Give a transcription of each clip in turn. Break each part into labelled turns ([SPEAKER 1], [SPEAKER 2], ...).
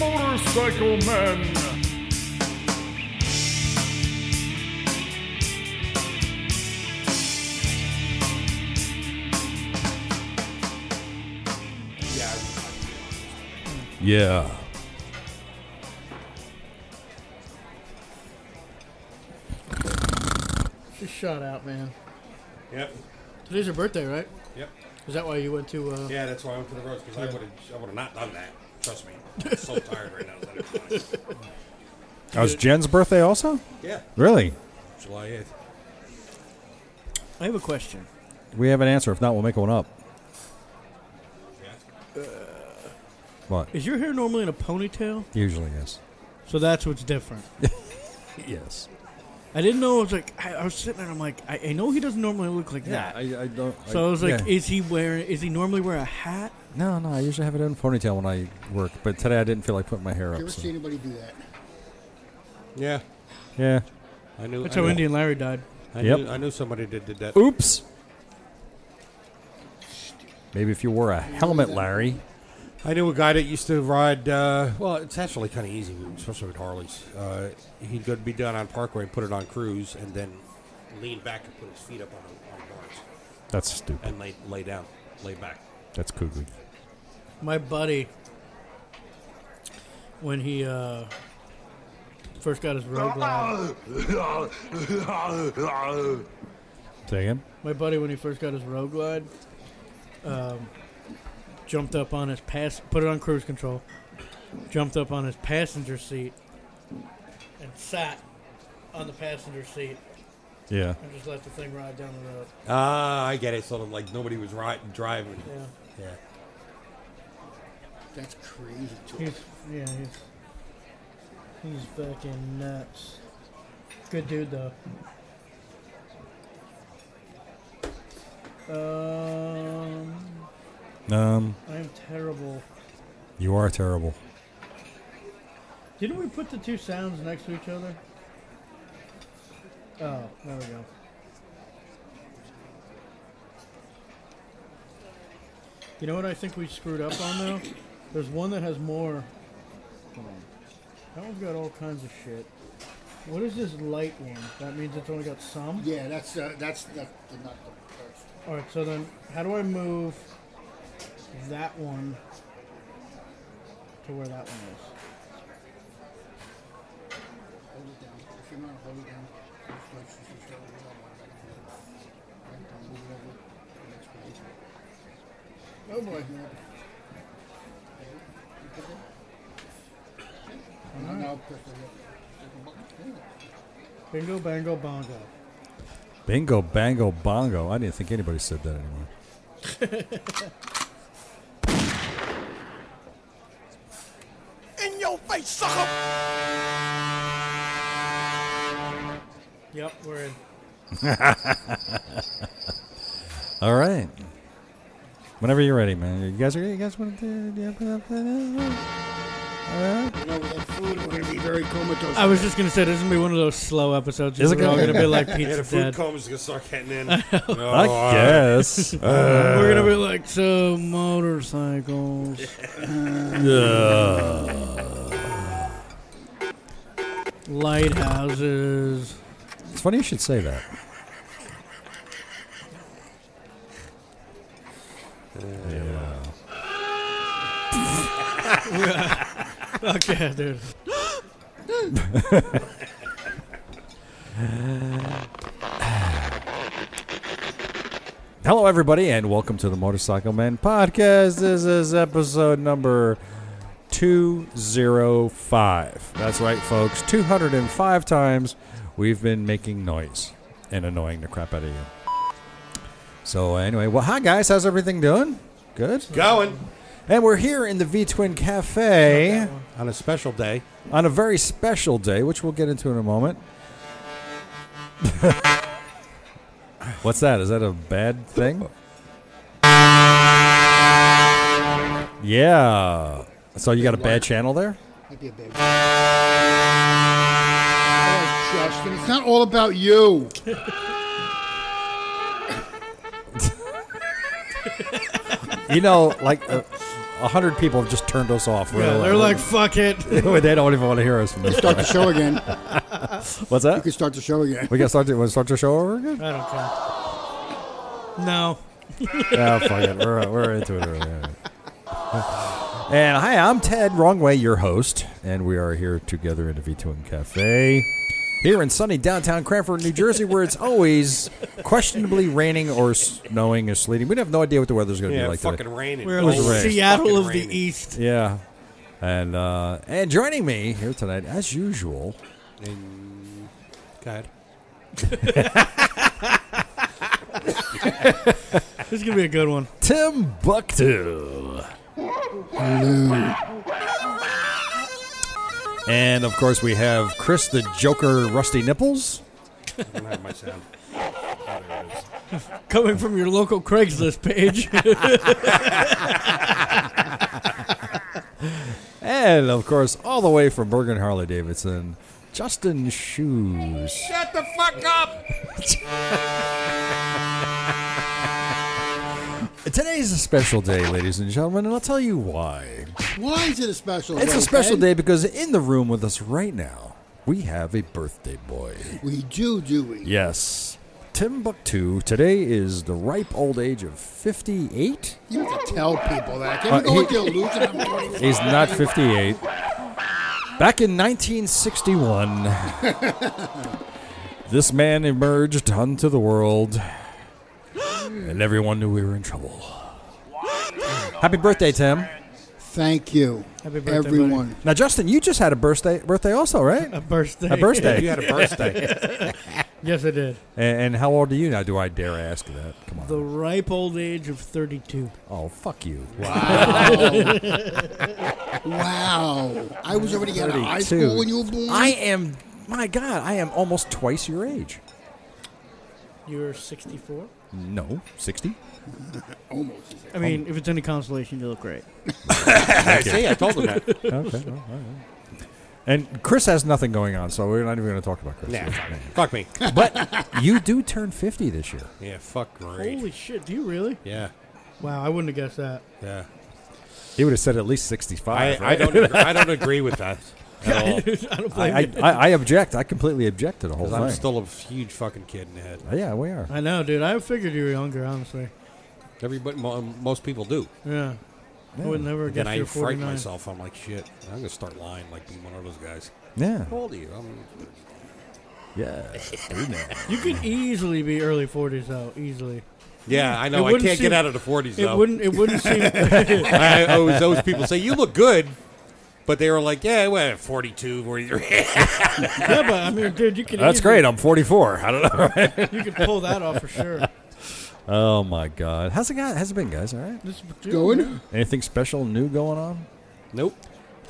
[SPEAKER 1] Motorcycle Men.
[SPEAKER 2] Yeah.
[SPEAKER 3] Just shot out, man.
[SPEAKER 4] Yep.
[SPEAKER 3] Today's your birthday, right?
[SPEAKER 4] Yep.
[SPEAKER 3] Is that why you went to? Uh,
[SPEAKER 4] Yeah, that's why I went to the roads because I would have, I would have not done that. Trust me. I'm so tired right now. That it's fine.
[SPEAKER 2] That was Jen's birthday also?
[SPEAKER 4] yeah.
[SPEAKER 2] Really?
[SPEAKER 4] July eighth.
[SPEAKER 3] I have a question.
[SPEAKER 2] We have an answer. If not, we'll make one up.
[SPEAKER 4] Yeah.
[SPEAKER 2] What?
[SPEAKER 3] Is your hair normally in a ponytail?
[SPEAKER 2] Usually, yes.
[SPEAKER 3] So that's what's different.
[SPEAKER 2] Yes.
[SPEAKER 3] I didn't know. I was like, I, I was sitting there. I'm like, I, I know he doesn't normally look like that.
[SPEAKER 2] I, I don't.
[SPEAKER 3] so I was like,
[SPEAKER 2] yeah.
[SPEAKER 3] is he wearing? Is he normally wear a hat?
[SPEAKER 2] no, no. I usually have it in a ponytail when I work, but today I didn't feel like putting my hair
[SPEAKER 5] You
[SPEAKER 2] up.
[SPEAKER 5] ever
[SPEAKER 2] so-
[SPEAKER 5] see anybody do that?
[SPEAKER 4] Yeah.
[SPEAKER 2] Yeah.
[SPEAKER 4] I knew.
[SPEAKER 3] That's
[SPEAKER 4] I
[SPEAKER 3] how
[SPEAKER 4] knew,
[SPEAKER 3] Indian Larry died.
[SPEAKER 4] I,
[SPEAKER 2] Yep.
[SPEAKER 4] knew, I knew somebody that did that.
[SPEAKER 2] Oops. Maybe if you wore a helmet, Larry.
[SPEAKER 4] I knew a guy that used to ride. Uh, well, it's actually kind of easy, especially with Harleys. Uh, he'd go be down on Parkway and put it on cruise, and then lean back and put his feet up on, on bars
[SPEAKER 2] That's stupid.
[SPEAKER 4] and lay lay down, lay back.
[SPEAKER 2] That's cuckoo.
[SPEAKER 3] My buddy, when he uh, first got his road rod,
[SPEAKER 2] Say again?
[SPEAKER 3] my buddy when he first got his road glide, um, jumped up on his pass, put it on cruise control, jumped up on his passenger seat, and sat on the passenger seat
[SPEAKER 2] Yeah.
[SPEAKER 3] and just let the thing ride down the road.
[SPEAKER 4] Ah, I get it. So like nobody was riding, driving.
[SPEAKER 3] Yeah,
[SPEAKER 4] Yeah.
[SPEAKER 5] That's crazy. Talk.
[SPEAKER 3] he's yeah he's he's fucking nuts. Good dude though. Um,
[SPEAKER 2] Um,
[SPEAKER 3] I'm terrible.
[SPEAKER 2] you are terrible.
[SPEAKER 3] Didn't we put the two sounds next to each other? Oh, there we go. You know what I think we screwed up on though? There's one that has more. Hold on. That one's got all kinds of shit. What is this light one? That means it's only got some?
[SPEAKER 5] Yeah, that's uh, that's that's the- not the that's
[SPEAKER 3] Alright, so then how do I move that one to where that one is?
[SPEAKER 5] hold it down. If you're not hold it down, it's like you should start with that one back and forth. Right, don't move it over to the next page. Oh boy. And then I'll press the second button. Yeah.
[SPEAKER 3] Bingo, bango, bongo.
[SPEAKER 2] Bingo, bango, bongo. I didn't think anybody said that anymore.
[SPEAKER 3] Yep, we're in.
[SPEAKER 2] All right. Whenever you're ready, man. You guys are. You guys want to? Do,
[SPEAKER 5] You know, with that food, we're gonna be very comatose.
[SPEAKER 3] I was just gonna say this is gonna be one of those slow episodes.
[SPEAKER 2] Is
[SPEAKER 3] Is
[SPEAKER 2] it
[SPEAKER 3] it all
[SPEAKER 2] gonna-
[SPEAKER 3] gonna be like
[SPEAKER 4] Yeah,
[SPEAKER 3] pizza
[SPEAKER 4] the food
[SPEAKER 3] dead?
[SPEAKER 4] comes is gonna start getting in. uh, I
[SPEAKER 2] I guess.
[SPEAKER 3] We're gonna be like so motorcycles. Lighthouses.
[SPEAKER 2] it's funny you should say that. Yeah.
[SPEAKER 3] Fuck yeah, dude.
[SPEAKER 2] Hello, everybody, and welcome to the Motorcycle Man Podcast. This is episode number 205. That's right, folks. 205 times we've been making noise and annoying the crap out of you. So, anyway, well, hi, guys. How's everything doing? Good.
[SPEAKER 4] going
[SPEAKER 2] And we're here in the V Twin Cafe
[SPEAKER 4] on a special day.
[SPEAKER 2] on a very special day, which we'll get into in a moment. What's that? Is that a bad thing? Yeah. So you got a bad channel there?
[SPEAKER 5] Might be a bad Oh, Justin, it's not all about you.
[SPEAKER 2] You know, like uh, a hundred people have just turned us off.
[SPEAKER 3] Yeah, they're like, fuck it.
[SPEAKER 2] they don't even want to hear us from this.
[SPEAKER 5] Start the show again.
[SPEAKER 2] What's
[SPEAKER 5] You
[SPEAKER 2] that?
[SPEAKER 5] can start the show again.
[SPEAKER 2] We got to start. Want to start the show over again?
[SPEAKER 3] I don't care. No.
[SPEAKER 2] Yeah, Oh, fuck it. We're, we're into it already. And hi, I'm Ted Wrongway, your host, and we are here together at the V2M Cafe here in sunny downtown Cranford, New Jersey, where it's always questionably raining or snowing or sleeting. We have no idea what the weather's going to
[SPEAKER 4] Yeah,
[SPEAKER 2] be like today.
[SPEAKER 4] fucking raining.
[SPEAKER 3] We're
[SPEAKER 2] was
[SPEAKER 3] like
[SPEAKER 4] Always
[SPEAKER 2] rain.
[SPEAKER 3] Seattle
[SPEAKER 4] fucking
[SPEAKER 3] of the
[SPEAKER 4] raining.
[SPEAKER 3] East.
[SPEAKER 2] Yeah. And uh, and joining me here tonight, as usual,
[SPEAKER 4] And, go ahead.
[SPEAKER 3] This is going to be a good one.
[SPEAKER 2] Tim Bucktu. And of course, we have Chris the Joker Rusty Nipples.
[SPEAKER 4] I don't have my sound. Oh, there it is.
[SPEAKER 3] Coming from your local Craigslist page.
[SPEAKER 2] And of course, all the way from Bergen Harley Davidson, Justin Shoes.
[SPEAKER 4] Shut the fuck up!
[SPEAKER 2] Today is a special day, ladies and gentlemen, and I'll tell you why.
[SPEAKER 5] Why is it a special
[SPEAKER 2] It's
[SPEAKER 5] day,
[SPEAKER 2] a special
[SPEAKER 5] Ted?
[SPEAKER 2] day because in the room with us right now, we have a birthday boy.
[SPEAKER 5] We do, do we?
[SPEAKER 2] Yes. Timbuktu today is the ripe old age of 58.
[SPEAKER 5] You have to tell people that. Can
[SPEAKER 2] Uh,
[SPEAKER 5] we go
[SPEAKER 2] he-
[SPEAKER 5] with the illusion I'm 25?
[SPEAKER 2] He's not 58. Back in 1961, this man emerged onto the world, and everyone knew we were in trouble. Happy birthday, Tim.
[SPEAKER 5] Thank you,
[SPEAKER 3] Happy birthday,
[SPEAKER 5] everyone.
[SPEAKER 2] Now, Justin, you just had a birthday, birthday also, right?
[SPEAKER 3] a birthday.
[SPEAKER 2] A birthday.
[SPEAKER 4] You had a birthday.
[SPEAKER 3] yes, I did.
[SPEAKER 2] And, and how old are you now? Do I dare ask you that? Come on.
[SPEAKER 3] The ripe old age of 32.
[SPEAKER 2] oh, fuck you.
[SPEAKER 5] Wow. I was already out of high
[SPEAKER 2] 32.
[SPEAKER 5] school when you were born.
[SPEAKER 2] I am, my God, I am almost twice your age.
[SPEAKER 3] You're 64?
[SPEAKER 2] No, 60.
[SPEAKER 5] Almost. is it?
[SPEAKER 3] I mean, if it's any consolation, you look great.
[SPEAKER 4] See, I told him that.
[SPEAKER 2] okay. well, all right. And Chris has nothing going on, so we're not even going to talk about Chris.
[SPEAKER 4] Nah, fuck me.
[SPEAKER 2] But you do turn 50 this year.
[SPEAKER 4] Yeah, fuck great.
[SPEAKER 3] Holy shit, do you really?
[SPEAKER 4] Yeah,
[SPEAKER 3] Wow, I wouldn't have guessed that.
[SPEAKER 4] yeah.
[SPEAKER 2] He would have said at least 65.
[SPEAKER 4] I, I don't agree, I don't agree with that at all.
[SPEAKER 3] I don't blame
[SPEAKER 2] I,
[SPEAKER 3] you.
[SPEAKER 2] I, I, I object. I completely object to the whole
[SPEAKER 4] 'Cause
[SPEAKER 2] thing. Uh,
[SPEAKER 4] I'm still a huge fucking kid in the head.
[SPEAKER 2] yeah, we are.
[SPEAKER 3] I know, dude. I figured you were younger, honestly.
[SPEAKER 4] Everybody, mo- most people do.
[SPEAKER 3] Yeah. I would never
[SPEAKER 4] Then
[SPEAKER 3] guess
[SPEAKER 4] I
[SPEAKER 3] you're
[SPEAKER 4] frighten
[SPEAKER 3] 49.
[SPEAKER 4] myself. I'm like, shit. I'm gonna start lying, like being one of those guys.
[SPEAKER 2] Yeah.
[SPEAKER 4] How old are you? I'm,
[SPEAKER 2] Yeah. Do now.
[SPEAKER 3] You could easily be early 40s, though. Easily.
[SPEAKER 4] yeah, I
[SPEAKER 3] It
[SPEAKER 4] know. I
[SPEAKER 3] wouldn't
[SPEAKER 4] can't
[SPEAKER 3] seem-
[SPEAKER 4] get out of the 40s
[SPEAKER 3] It
[SPEAKER 4] though.
[SPEAKER 3] wouldn't. It wouldn't seem.
[SPEAKER 4] I always those people say you look good, but they were like, yeah, well, 42, 43.
[SPEAKER 3] yeah, but I mean, dude, you could.
[SPEAKER 2] That's
[SPEAKER 3] easily-
[SPEAKER 2] great. I'm 44. I don't know.
[SPEAKER 3] You could pull that off for sure.
[SPEAKER 2] Oh my God. How's it got? How's it been, guys? All right.
[SPEAKER 3] This
[SPEAKER 5] Going?
[SPEAKER 2] Anything special, new going on?
[SPEAKER 4] nope.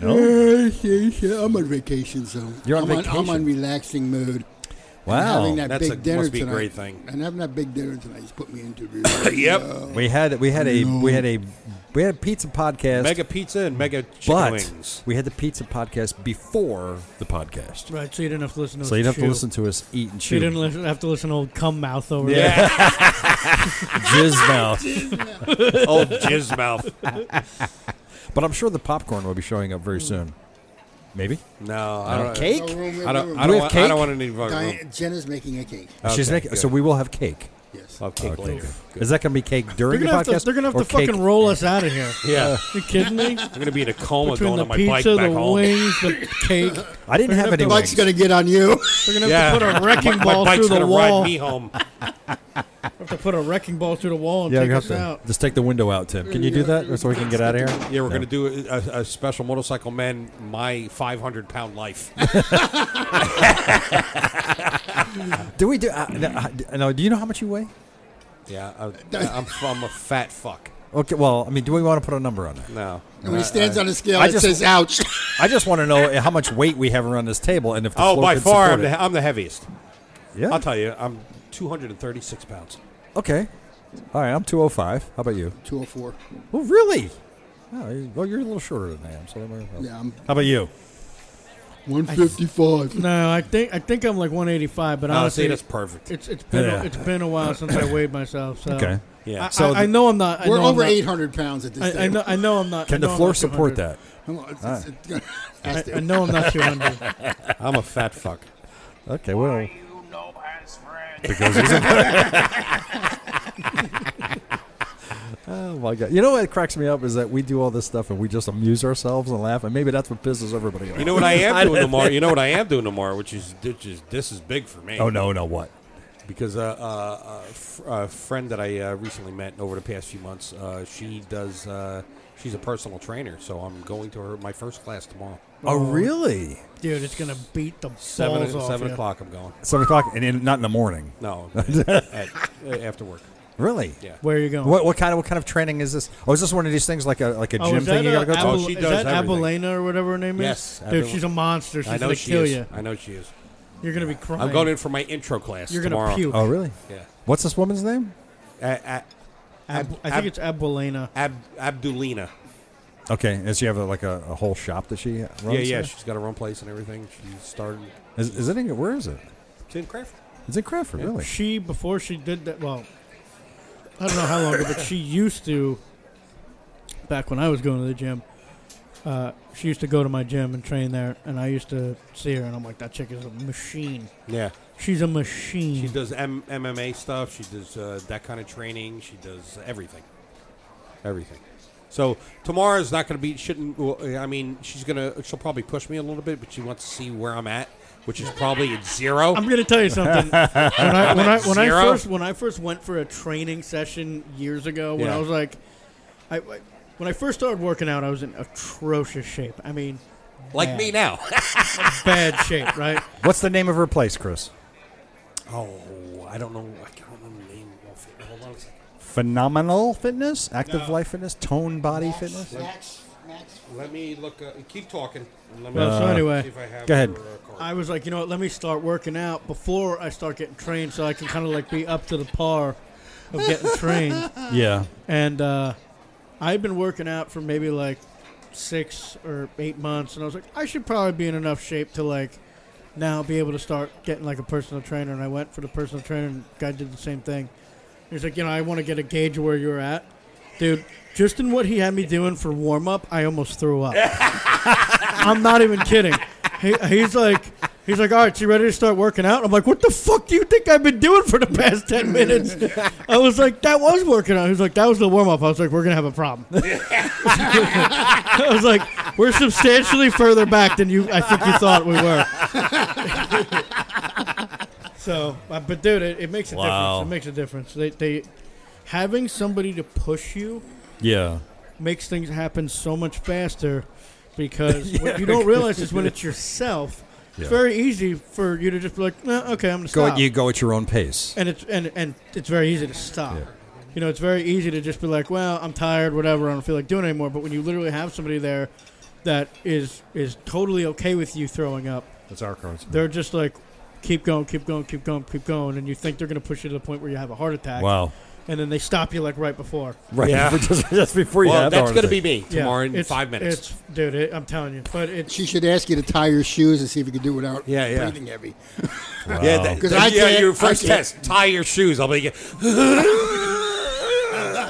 [SPEAKER 2] No.
[SPEAKER 5] Yeah, yeah, yeah. I'm on vacation, so
[SPEAKER 2] You're on
[SPEAKER 5] I'm I'm
[SPEAKER 2] vacation.
[SPEAKER 5] on relaxing mood. I'm
[SPEAKER 2] Wow.
[SPEAKER 5] having that
[SPEAKER 4] That's
[SPEAKER 5] big
[SPEAKER 4] a-
[SPEAKER 5] dinner
[SPEAKER 4] must be a
[SPEAKER 5] tonight.
[SPEAKER 4] great thing.
[SPEAKER 5] And having that big dinner tonight just put me into.
[SPEAKER 4] Yep.
[SPEAKER 2] We had we had a we had a we had a pizza podcast.
[SPEAKER 4] Mega pizza and mega chicken
[SPEAKER 2] but
[SPEAKER 4] wings.
[SPEAKER 2] we had the pizza podcast before the podcast.
[SPEAKER 3] Right, so you didn't have to listen to.
[SPEAKER 2] So
[SPEAKER 3] us
[SPEAKER 2] you'd have to
[SPEAKER 3] chew.
[SPEAKER 2] listen to us eat and
[SPEAKER 3] So you
[SPEAKER 2] chew.
[SPEAKER 3] didn't listen, have to listen to old cum mouth over there.
[SPEAKER 4] Yeah,
[SPEAKER 2] Jizz mouth.
[SPEAKER 4] old jizz mouth.
[SPEAKER 2] But I'm sure the popcorn will be showing up very soon. Maybe.
[SPEAKER 4] Uh, No, I don't.
[SPEAKER 2] Cake?
[SPEAKER 4] I don't.
[SPEAKER 2] We
[SPEAKER 4] I don't.
[SPEAKER 2] have
[SPEAKER 4] Want, I
[SPEAKER 2] cake?
[SPEAKER 4] don't want any fucking room.
[SPEAKER 5] Diane, Jenna's making a cake.
[SPEAKER 2] She's
[SPEAKER 4] Okay,
[SPEAKER 2] making
[SPEAKER 4] good.
[SPEAKER 2] so we will have cake. Oh,
[SPEAKER 5] Yes.
[SPEAKER 4] I'll have cake
[SPEAKER 2] Okay,
[SPEAKER 4] later.
[SPEAKER 2] good. Is that gonna be cake
[SPEAKER 3] They're
[SPEAKER 2] during
[SPEAKER 3] gonna
[SPEAKER 2] the
[SPEAKER 3] have to.
[SPEAKER 2] podcast?
[SPEAKER 3] They're gonna have
[SPEAKER 2] or
[SPEAKER 3] to fucking
[SPEAKER 2] cake-
[SPEAKER 3] roll us out of here.
[SPEAKER 4] Yeah,
[SPEAKER 3] You kidding me?
[SPEAKER 4] I'm gonna be in a coma
[SPEAKER 3] Between
[SPEAKER 4] going
[SPEAKER 3] the
[SPEAKER 4] on my
[SPEAKER 3] pizza,
[SPEAKER 4] bike back
[SPEAKER 3] the
[SPEAKER 4] home.
[SPEAKER 3] wings, the cake,
[SPEAKER 2] I didn't have any
[SPEAKER 3] They're gonna have to-
[SPEAKER 5] Mike's
[SPEAKER 2] wings.
[SPEAKER 5] gonna get on you.
[SPEAKER 2] Uh,
[SPEAKER 3] they're gonna
[SPEAKER 4] Yeah.
[SPEAKER 3] have to put a wrecking
[SPEAKER 4] My
[SPEAKER 3] ball
[SPEAKER 4] bike's
[SPEAKER 3] through the
[SPEAKER 4] gonna
[SPEAKER 3] wall.
[SPEAKER 4] ride me home.
[SPEAKER 3] Have to put a wrecking ball through the wall and
[SPEAKER 2] Yeah,
[SPEAKER 3] take
[SPEAKER 2] you have
[SPEAKER 3] us
[SPEAKER 2] to
[SPEAKER 3] out.
[SPEAKER 2] just take the window out, Tim. Can you do that or so we can get out of here?
[SPEAKER 4] Yeah, we're gonna do a, a, a special motorcycle man. My 500 pound life.
[SPEAKER 2] Do we do? Uh, no, uh, no, do you know how much you weigh?
[SPEAKER 4] yeah, I, I'm from a fat fuck.
[SPEAKER 2] Okay, well, I mean, do we want to put a number on that?
[SPEAKER 4] No,
[SPEAKER 5] And when he stands on a scale,
[SPEAKER 2] uh, I
[SPEAKER 5] it
[SPEAKER 2] just-
[SPEAKER 5] says, "Ouch."
[SPEAKER 2] I just want to know how much weight we have around this table and if the
[SPEAKER 4] Oh,
[SPEAKER 2] floor
[SPEAKER 4] by
[SPEAKER 2] can
[SPEAKER 4] far, I'm
[SPEAKER 2] support
[SPEAKER 4] the, I'm the heaviest.
[SPEAKER 2] it. yeah.
[SPEAKER 4] I'll tell you, I'm 236 pounds.
[SPEAKER 2] Okay. All right, I'm 205. How about you?
[SPEAKER 5] 204.
[SPEAKER 2] Oh, really? Oh, you- well, you're a little shorter than I am, so don't worry about it.
[SPEAKER 5] Yeah, I'm
[SPEAKER 2] How about you?
[SPEAKER 5] 155.
[SPEAKER 3] No, I think I think I'm like 185, but
[SPEAKER 4] Honestly,
[SPEAKER 3] honestly,
[SPEAKER 4] that's perfect.
[SPEAKER 3] it's it's been
[SPEAKER 2] Yeah.
[SPEAKER 3] a, it's been a while since I weighed myself. So
[SPEAKER 2] Okay.
[SPEAKER 4] Yeah.
[SPEAKER 3] I,
[SPEAKER 2] So
[SPEAKER 3] so I,
[SPEAKER 2] the-
[SPEAKER 3] know I'm not. I
[SPEAKER 5] We're
[SPEAKER 3] know I'm
[SPEAKER 5] over
[SPEAKER 3] not-
[SPEAKER 5] 800 pounds at this
[SPEAKER 3] I, I
[SPEAKER 5] table.
[SPEAKER 3] know I know I'm not. I
[SPEAKER 2] Can the
[SPEAKER 3] know I'm
[SPEAKER 2] floor
[SPEAKER 3] not
[SPEAKER 2] support
[SPEAKER 3] 200.
[SPEAKER 2] that?
[SPEAKER 5] Come on, it's- it's- it's- Has
[SPEAKER 3] I, I
[SPEAKER 5] to.
[SPEAKER 3] know I'm not 200.
[SPEAKER 4] I'm a fat fuck.
[SPEAKER 2] Okay, well,
[SPEAKER 1] You know his friend.
[SPEAKER 2] oh my god, you know what cracks me up is that we do all this stuff and we just amuse ourselves and laugh, and maybe that's what pisses everybody off.
[SPEAKER 4] You know what I am doing tomorrow? You know what I am doing tomorrow, which is, which is this is big for me.
[SPEAKER 2] oh no, no, what?
[SPEAKER 4] because uh, uh, a, f- a friend that I uh, recently met over the past few months, uh, she does. Uh, she's a personal trainer, so I'm going to her my first class tomorrow.
[SPEAKER 2] Oh, really?
[SPEAKER 3] Dude, it's gonna beat the
[SPEAKER 4] Seven
[SPEAKER 3] balls off
[SPEAKER 4] seven
[SPEAKER 3] you.
[SPEAKER 4] o'clock. I'm going.
[SPEAKER 2] Seven o'clock, and in, not in the morning.
[SPEAKER 4] No, at, at- after work.
[SPEAKER 2] Really?
[SPEAKER 4] Yeah.
[SPEAKER 3] Where are you going?
[SPEAKER 2] What, what kind of what kind of training is this? Oh, is this one of these things like a like a
[SPEAKER 3] Oh,
[SPEAKER 2] gym
[SPEAKER 3] is that,
[SPEAKER 2] thing you gotta go
[SPEAKER 3] uh,
[SPEAKER 2] to?
[SPEAKER 4] Abel-
[SPEAKER 3] Abel-
[SPEAKER 4] Oh, she
[SPEAKER 3] is
[SPEAKER 4] does
[SPEAKER 3] that
[SPEAKER 4] everything.
[SPEAKER 3] Abelena or whatever her name is?
[SPEAKER 4] Yes,
[SPEAKER 3] Dude,
[SPEAKER 4] Abel-
[SPEAKER 3] she's a monster. She's
[SPEAKER 4] I know
[SPEAKER 3] gonna
[SPEAKER 4] she
[SPEAKER 3] kill
[SPEAKER 4] is.
[SPEAKER 3] you.
[SPEAKER 4] I know she is.
[SPEAKER 3] You're gonna be crying.
[SPEAKER 4] I'm going in for my intro class
[SPEAKER 3] You're gonna
[SPEAKER 4] tomorrow.
[SPEAKER 3] puke.
[SPEAKER 2] Oh, really?
[SPEAKER 4] Yeah.
[SPEAKER 2] What's this woman's name?
[SPEAKER 4] A-
[SPEAKER 3] Ab- I
[SPEAKER 4] Ab-
[SPEAKER 3] think it's Abelena.
[SPEAKER 4] a- Ab- Abdulina.
[SPEAKER 2] Okay, does she have a, like a, a whole shop that she runs?
[SPEAKER 4] Yeah, yeah.
[SPEAKER 2] there?
[SPEAKER 4] She's got her own place and everything. She started.
[SPEAKER 2] Is, is it in? Where is it?
[SPEAKER 4] It's in Craft.
[SPEAKER 2] Is it Cranford? Really?
[SPEAKER 3] She before she did that. Well, I don't know how long, ago, but she used to. Back when I was going to the gym, uh, she used to go to my gym and train there, and I used to see her, and I'm like, that chick is a machine.
[SPEAKER 4] Yeah.
[SPEAKER 3] She's a machine.
[SPEAKER 4] She does M- MMA stuff. She does uh, that kind of training. She does everything. Everything. So tomorrow's not going to be. Shouldn't. Well, I mean, she's gonna. She'll probably push me a little bit, but she wants to see where I'm at, which is probably at zero.
[SPEAKER 3] I'm gonna tell you something. when I when I, when I
[SPEAKER 4] Zero.
[SPEAKER 3] first when I first went for a training session years ago, when
[SPEAKER 4] Yeah.
[SPEAKER 3] I was like, I, I- when I first started working out, I was in atrocious shape. I mean,
[SPEAKER 4] like me now.
[SPEAKER 3] bad shape, right?
[SPEAKER 2] What's the name of her place, Chris?
[SPEAKER 4] oh, I don't know. I can't remember the name. of it. Hold on a second.
[SPEAKER 2] Phenomenal Fitness, Active Life Fitness, Tone Body Fitness.
[SPEAKER 5] Max, Max,
[SPEAKER 4] Let me look. Uh, keep talking. and Let me
[SPEAKER 3] Well, so anyway,
[SPEAKER 4] see if I have
[SPEAKER 2] go ahead.
[SPEAKER 4] her, uh, card.
[SPEAKER 3] I was like, you know what? Let me start working out before I start getting trained, so I can kind of like be up to the par of getting trained.
[SPEAKER 2] Yeah.
[SPEAKER 3] And uh, I've been working out for maybe like six or eight months, and I was like, I should probably be in enough shape to like now be able to start getting like a personal trainer. And I went for the personal trainer, and guy did the same thing. He's like, you know, I want to get a gauge of where you're at, dude. Just in what he had me doing for warm up, I almost threw up. I'm not even kidding. He, he's like, he's like, all right, so you ready to start working out? I'm like, what the fuck do you think I've been doing for the past ten minutes? I was like, that was working out. He's like, that was the warm up. I was like, we're gonna have a problem. I was like, we're substantially further back than you. I think you thought we were. so, uh, but dude, it, it makes a
[SPEAKER 2] Wow.
[SPEAKER 3] difference. It makes a difference. They, they having somebody to push you
[SPEAKER 2] Yeah.
[SPEAKER 3] makes things happen so much faster because what you don't realize is when it's yourself,
[SPEAKER 2] Yeah.
[SPEAKER 3] it's very easy for you to just be like, "Nah, okay, I'm gonna
[SPEAKER 2] Go
[SPEAKER 3] stop.
[SPEAKER 2] at you go at your own pace.
[SPEAKER 3] And it's and, and it's very easy to stop. You know, it's very easy to just be like, well, I'm tired, whatever, I don't feel like doing it anymore. But when you literally have somebody there that is is totally okay with you throwing up,
[SPEAKER 2] That's our currency.
[SPEAKER 3] they're just like, keep going, keep going, keep going, keep going, and you think they're gonna push you to the point where you have a heart attack,
[SPEAKER 2] Wow.
[SPEAKER 3] and then they stop you like right before.
[SPEAKER 2] Right.
[SPEAKER 4] Yeah.
[SPEAKER 2] just, just before you
[SPEAKER 4] well,
[SPEAKER 2] have the
[SPEAKER 4] that's
[SPEAKER 2] heart
[SPEAKER 4] going to
[SPEAKER 2] attack.
[SPEAKER 4] be me tomorrow in
[SPEAKER 3] it's-
[SPEAKER 4] five minutes.
[SPEAKER 3] It's dude, it, I'm telling you, but it's
[SPEAKER 5] She should ask you to tie your shoes and see if you can do without
[SPEAKER 4] Yeah, yeah.
[SPEAKER 5] breathing heavy.
[SPEAKER 4] Yeah,
[SPEAKER 2] Oh,
[SPEAKER 4] that,
[SPEAKER 5] 'Cause
[SPEAKER 4] that-
[SPEAKER 5] I
[SPEAKER 4] yeah,
[SPEAKER 5] can't-
[SPEAKER 4] your
[SPEAKER 5] I
[SPEAKER 4] first
[SPEAKER 5] can't.
[SPEAKER 4] test. Tie your shoes. I'll be.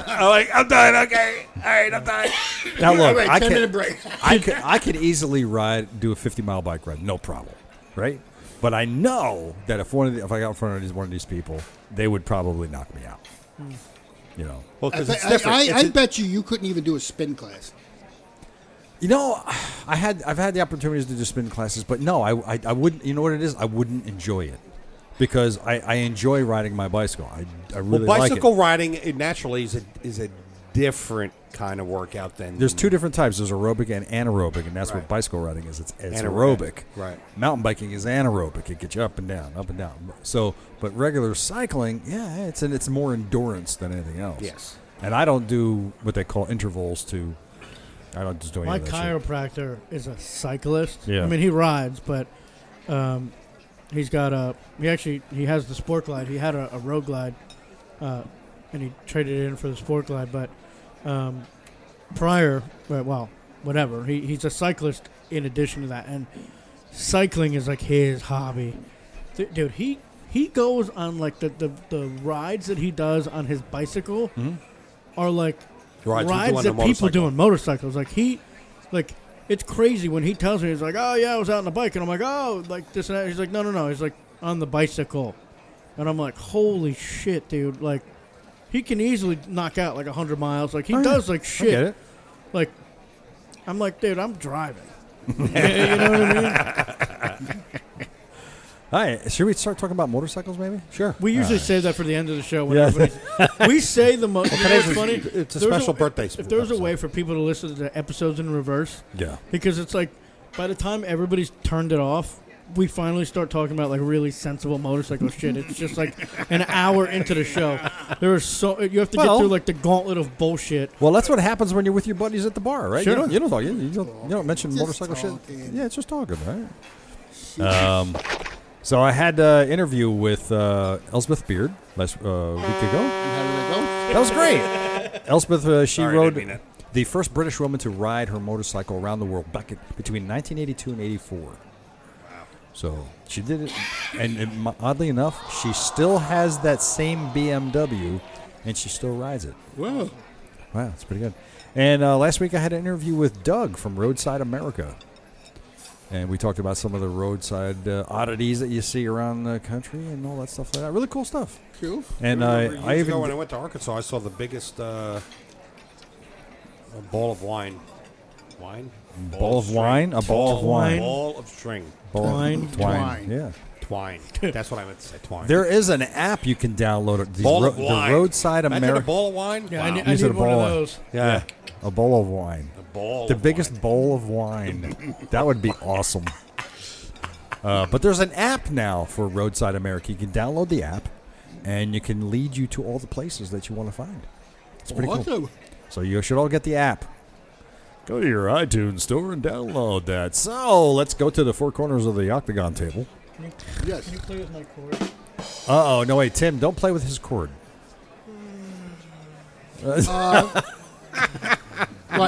[SPEAKER 4] I'm like, I'm done. Okay, all right, I'm done.
[SPEAKER 2] Now look,
[SPEAKER 5] Wait,
[SPEAKER 2] I
[SPEAKER 5] 10 minute
[SPEAKER 2] can
[SPEAKER 5] break.
[SPEAKER 2] I could I could easily ride do a 50 mile bike ride, no problem, right? But I know that if one of the, if I got in front of these, one of these people, they would probably knock me out. You know,
[SPEAKER 4] Well,
[SPEAKER 5] I,
[SPEAKER 4] because it's
[SPEAKER 5] bet-
[SPEAKER 4] different.
[SPEAKER 5] I, I,
[SPEAKER 4] It's
[SPEAKER 5] I
[SPEAKER 4] a-
[SPEAKER 5] bet you you couldn't even do a spin class.
[SPEAKER 2] you know, I had I've had the opportunities to do spin classes, but no, I, I I wouldn't. You know what it is? I wouldn't enjoy it because I, I enjoy riding my bicycle. I, I really
[SPEAKER 4] well, bicycle
[SPEAKER 2] like it.
[SPEAKER 4] riding it naturally is a is a different kind of workout than
[SPEAKER 2] There's two different types. There's aerobic and anaerobic, and that's what
[SPEAKER 4] Right.
[SPEAKER 2] bicycle riding is. It's, it's
[SPEAKER 4] Anaerobic,
[SPEAKER 2] aerobic.
[SPEAKER 4] right.
[SPEAKER 2] Mountain biking is anaerobic. It gets you up and down, up and down. So, but regular cycling, yeah, it's an, it's more endurance than anything else.
[SPEAKER 4] Yes.
[SPEAKER 2] And I don't do what they call intervals to. I don't just do any
[SPEAKER 3] My
[SPEAKER 2] of that shit.
[SPEAKER 3] chiropractor is a cyclist.
[SPEAKER 2] Yeah.
[SPEAKER 3] I mean, he rides, but um, he's got a. He actually he has the sport glide. He had a, a road glide, uh, and he traded it in for the sport glide. But um, uh, prior, but, well, whatever. He, he's a cyclist in addition to that, and cycling is like his hobby. Th- dude, he he goes on like the, the, the rides that he does on his bicycle are like
[SPEAKER 4] Rides
[SPEAKER 3] rides,
[SPEAKER 4] we do on
[SPEAKER 3] that
[SPEAKER 4] the
[SPEAKER 3] people
[SPEAKER 4] motorcycle.
[SPEAKER 3] do on motorcycles. Like he like it's crazy when he tells me he's like, Oh yeah, I was out on the bike and I'm like, Oh like this and that he's like, No no no he's like on the bicycle and I'm like, Holy shit, dude, like he can easily knock out like hundred miles. Like he
[SPEAKER 2] Oh, yeah.
[SPEAKER 3] does like
[SPEAKER 2] I
[SPEAKER 3] shit.
[SPEAKER 2] get it.
[SPEAKER 3] Like, I'm like, dude, I'm driving. Yeah, you know what I mean?
[SPEAKER 2] All right, should we start talking about motorcycles, maybe?
[SPEAKER 4] Sure.
[SPEAKER 3] We usually save that for the end of the show. When
[SPEAKER 2] Yeah.
[SPEAKER 3] everybody's we say the most. you know what's funny?
[SPEAKER 4] It's a
[SPEAKER 3] There's
[SPEAKER 4] special birthday.
[SPEAKER 3] If there's a
[SPEAKER 4] episode.
[SPEAKER 3] way for people to listen to the episodes in reverse,
[SPEAKER 2] Yeah.
[SPEAKER 3] because it's like, by the time everybody's turned it off, we finally start talking about like really sensible motorcycle shit. It's just like an hour into the show. There is so you have to
[SPEAKER 2] Well-
[SPEAKER 3] get through like the gauntlet of bullshit.
[SPEAKER 2] Well, that's what happens when you're with your buddies at the bar, right?
[SPEAKER 3] Sure.
[SPEAKER 2] You don't you don't talk, you, you don't you don't mention
[SPEAKER 5] Just
[SPEAKER 2] motorcycle shit.
[SPEAKER 5] talking.
[SPEAKER 2] Yeah, it's just talking, right? Um, so I had an interview with uh, Elspeth Beard last uh, week ago.
[SPEAKER 5] How did that
[SPEAKER 2] That was great. Elspeth, uh, she
[SPEAKER 4] Sorry, I didn't mean
[SPEAKER 2] rode
[SPEAKER 4] that.
[SPEAKER 2] the first British woman to ride her motorcycle around the world back in, between 1982 and 84. Wow. So she did it, and, and oddly enough, she still has that same BMW, and she still rides it.
[SPEAKER 4] Whoa.
[SPEAKER 2] Wow, that's pretty good. And uh, last week I had an interview with Doug from Roadside America. And we talked about some of the roadside uh, oddities that you see around the country and all that stuff like that. Really cool stuff.
[SPEAKER 5] go? Cool.
[SPEAKER 2] And
[SPEAKER 4] I
[SPEAKER 2] I,
[SPEAKER 4] remember
[SPEAKER 2] I
[SPEAKER 4] years
[SPEAKER 2] even
[SPEAKER 4] ago when I went to Arkansas, I saw the biggest uh, a ball of wine. Wine?
[SPEAKER 2] Ball of
[SPEAKER 4] string.
[SPEAKER 2] wine? A ball of wine.
[SPEAKER 4] Ball of string.
[SPEAKER 2] Twine.
[SPEAKER 3] Twine.
[SPEAKER 2] Twine.
[SPEAKER 5] Twine.
[SPEAKER 2] Yeah.
[SPEAKER 4] Twine. That's what I meant to say. Twine.
[SPEAKER 2] There is an app you can download. It. These
[SPEAKER 4] ball
[SPEAKER 2] ro-
[SPEAKER 4] of wine.
[SPEAKER 2] The Roadside
[SPEAKER 4] Imagine
[SPEAKER 2] America.
[SPEAKER 4] a ball of wine.
[SPEAKER 3] Yeah,
[SPEAKER 4] wow.
[SPEAKER 3] I, ne- I
[SPEAKER 2] These are
[SPEAKER 3] need
[SPEAKER 2] the
[SPEAKER 3] one
[SPEAKER 2] ball-
[SPEAKER 3] of those.
[SPEAKER 4] yeah.
[SPEAKER 2] a bowl of wine.
[SPEAKER 4] A ball.
[SPEAKER 2] the
[SPEAKER 4] of
[SPEAKER 2] biggest
[SPEAKER 4] wine.
[SPEAKER 2] bowl of wine. that would be awesome. Uh, but there's an app now for Roadside America. You can download the app, and you can lead you to all the places that you want to find. It's pretty cool.
[SPEAKER 5] awesome.
[SPEAKER 2] So you should all get the app. Go to your iTunes store and download that. So let's go to the four corners of the octagon table.
[SPEAKER 5] Yes.
[SPEAKER 3] Can you play with my cord?
[SPEAKER 2] Uh oh, no wait, Tim, don't play with his cord.
[SPEAKER 5] Right, uh,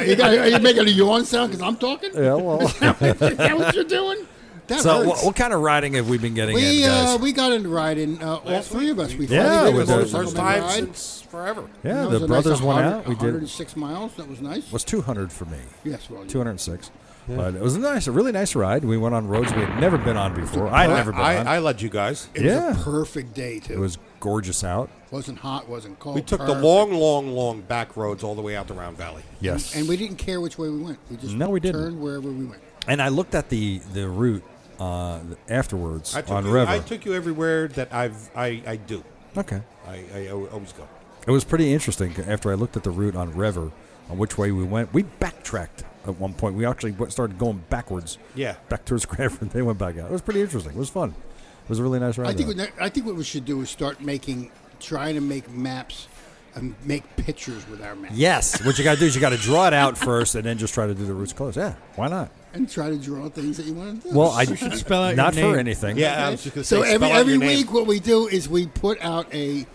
[SPEAKER 5] you got, are you making a yawn sound because I'm talking?
[SPEAKER 2] Yeah, well.
[SPEAKER 5] Is that what you're doing? That
[SPEAKER 2] so
[SPEAKER 5] hurts.
[SPEAKER 2] what, what kind of riding have we been getting
[SPEAKER 5] we
[SPEAKER 2] in, guys?
[SPEAKER 5] uh, we got in riding. Uh, all three of us. We
[SPEAKER 2] Yeah,
[SPEAKER 5] finally
[SPEAKER 2] we
[SPEAKER 5] did
[SPEAKER 2] did.
[SPEAKER 5] a
[SPEAKER 4] First,
[SPEAKER 5] motorcycle
[SPEAKER 4] first time
[SPEAKER 5] ride.
[SPEAKER 4] since forever.
[SPEAKER 2] yeah,
[SPEAKER 5] That was
[SPEAKER 2] the
[SPEAKER 5] a
[SPEAKER 2] brothers
[SPEAKER 5] nice
[SPEAKER 2] went
[SPEAKER 5] 100
[SPEAKER 2] out. We did
[SPEAKER 5] 106 miles. That was nice.
[SPEAKER 2] was 200 for me.
[SPEAKER 5] yes, well,
[SPEAKER 2] 206. But it was a nice, a really nice ride. We went on roads we had never been on before. I had never been
[SPEAKER 4] I,
[SPEAKER 2] on.
[SPEAKER 4] I led you guys.
[SPEAKER 5] It was
[SPEAKER 2] Yeah.
[SPEAKER 5] a perfect day too.
[SPEAKER 2] it was gorgeous out.
[SPEAKER 5] wasn't hot. Wasn't cold.
[SPEAKER 4] We took the
[SPEAKER 5] perfect.
[SPEAKER 4] long, long, long back roads all the way out to Round Valley.
[SPEAKER 2] Yes.
[SPEAKER 5] and we didn't care which way we went. We just
[SPEAKER 2] No, we didn't.
[SPEAKER 5] turned wherever we went.
[SPEAKER 2] And I looked at the the route uh, afterwards
[SPEAKER 4] I took
[SPEAKER 2] on
[SPEAKER 4] you,
[SPEAKER 2] River.
[SPEAKER 4] I took you everywhere that I've I, I do.
[SPEAKER 2] okay.
[SPEAKER 4] I, I al- always go.
[SPEAKER 2] It was pretty interesting after I looked at the route on Rever on which way we went. We backtracked at one point. We actually went- started going backwards.
[SPEAKER 4] Yeah.
[SPEAKER 2] Back towards Cranford. They went back out. It was pretty interesting. It was fun. It was a really nice ride.
[SPEAKER 5] I think
[SPEAKER 2] though.
[SPEAKER 5] we, I think what we should do is start making, trying to make maps, and make pictures with our maps.
[SPEAKER 2] yes. What you got to do is you got to draw it out first and then just try to do the routes close. Yeah. Why not?
[SPEAKER 5] and try to draw things that you want to do.
[SPEAKER 2] Well, I
[SPEAKER 3] should spell out
[SPEAKER 2] not
[SPEAKER 3] your name.
[SPEAKER 2] for anything.
[SPEAKER 4] Yeah, I was just gonna
[SPEAKER 5] so
[SPEAKER 4] say,
[SPEAKER 5] every
[SPEAKER 4] spell out
[SPEAKER 5] every
[SPEAKER 4] your name.
[SPEAKER 5] week, what we do is we put out a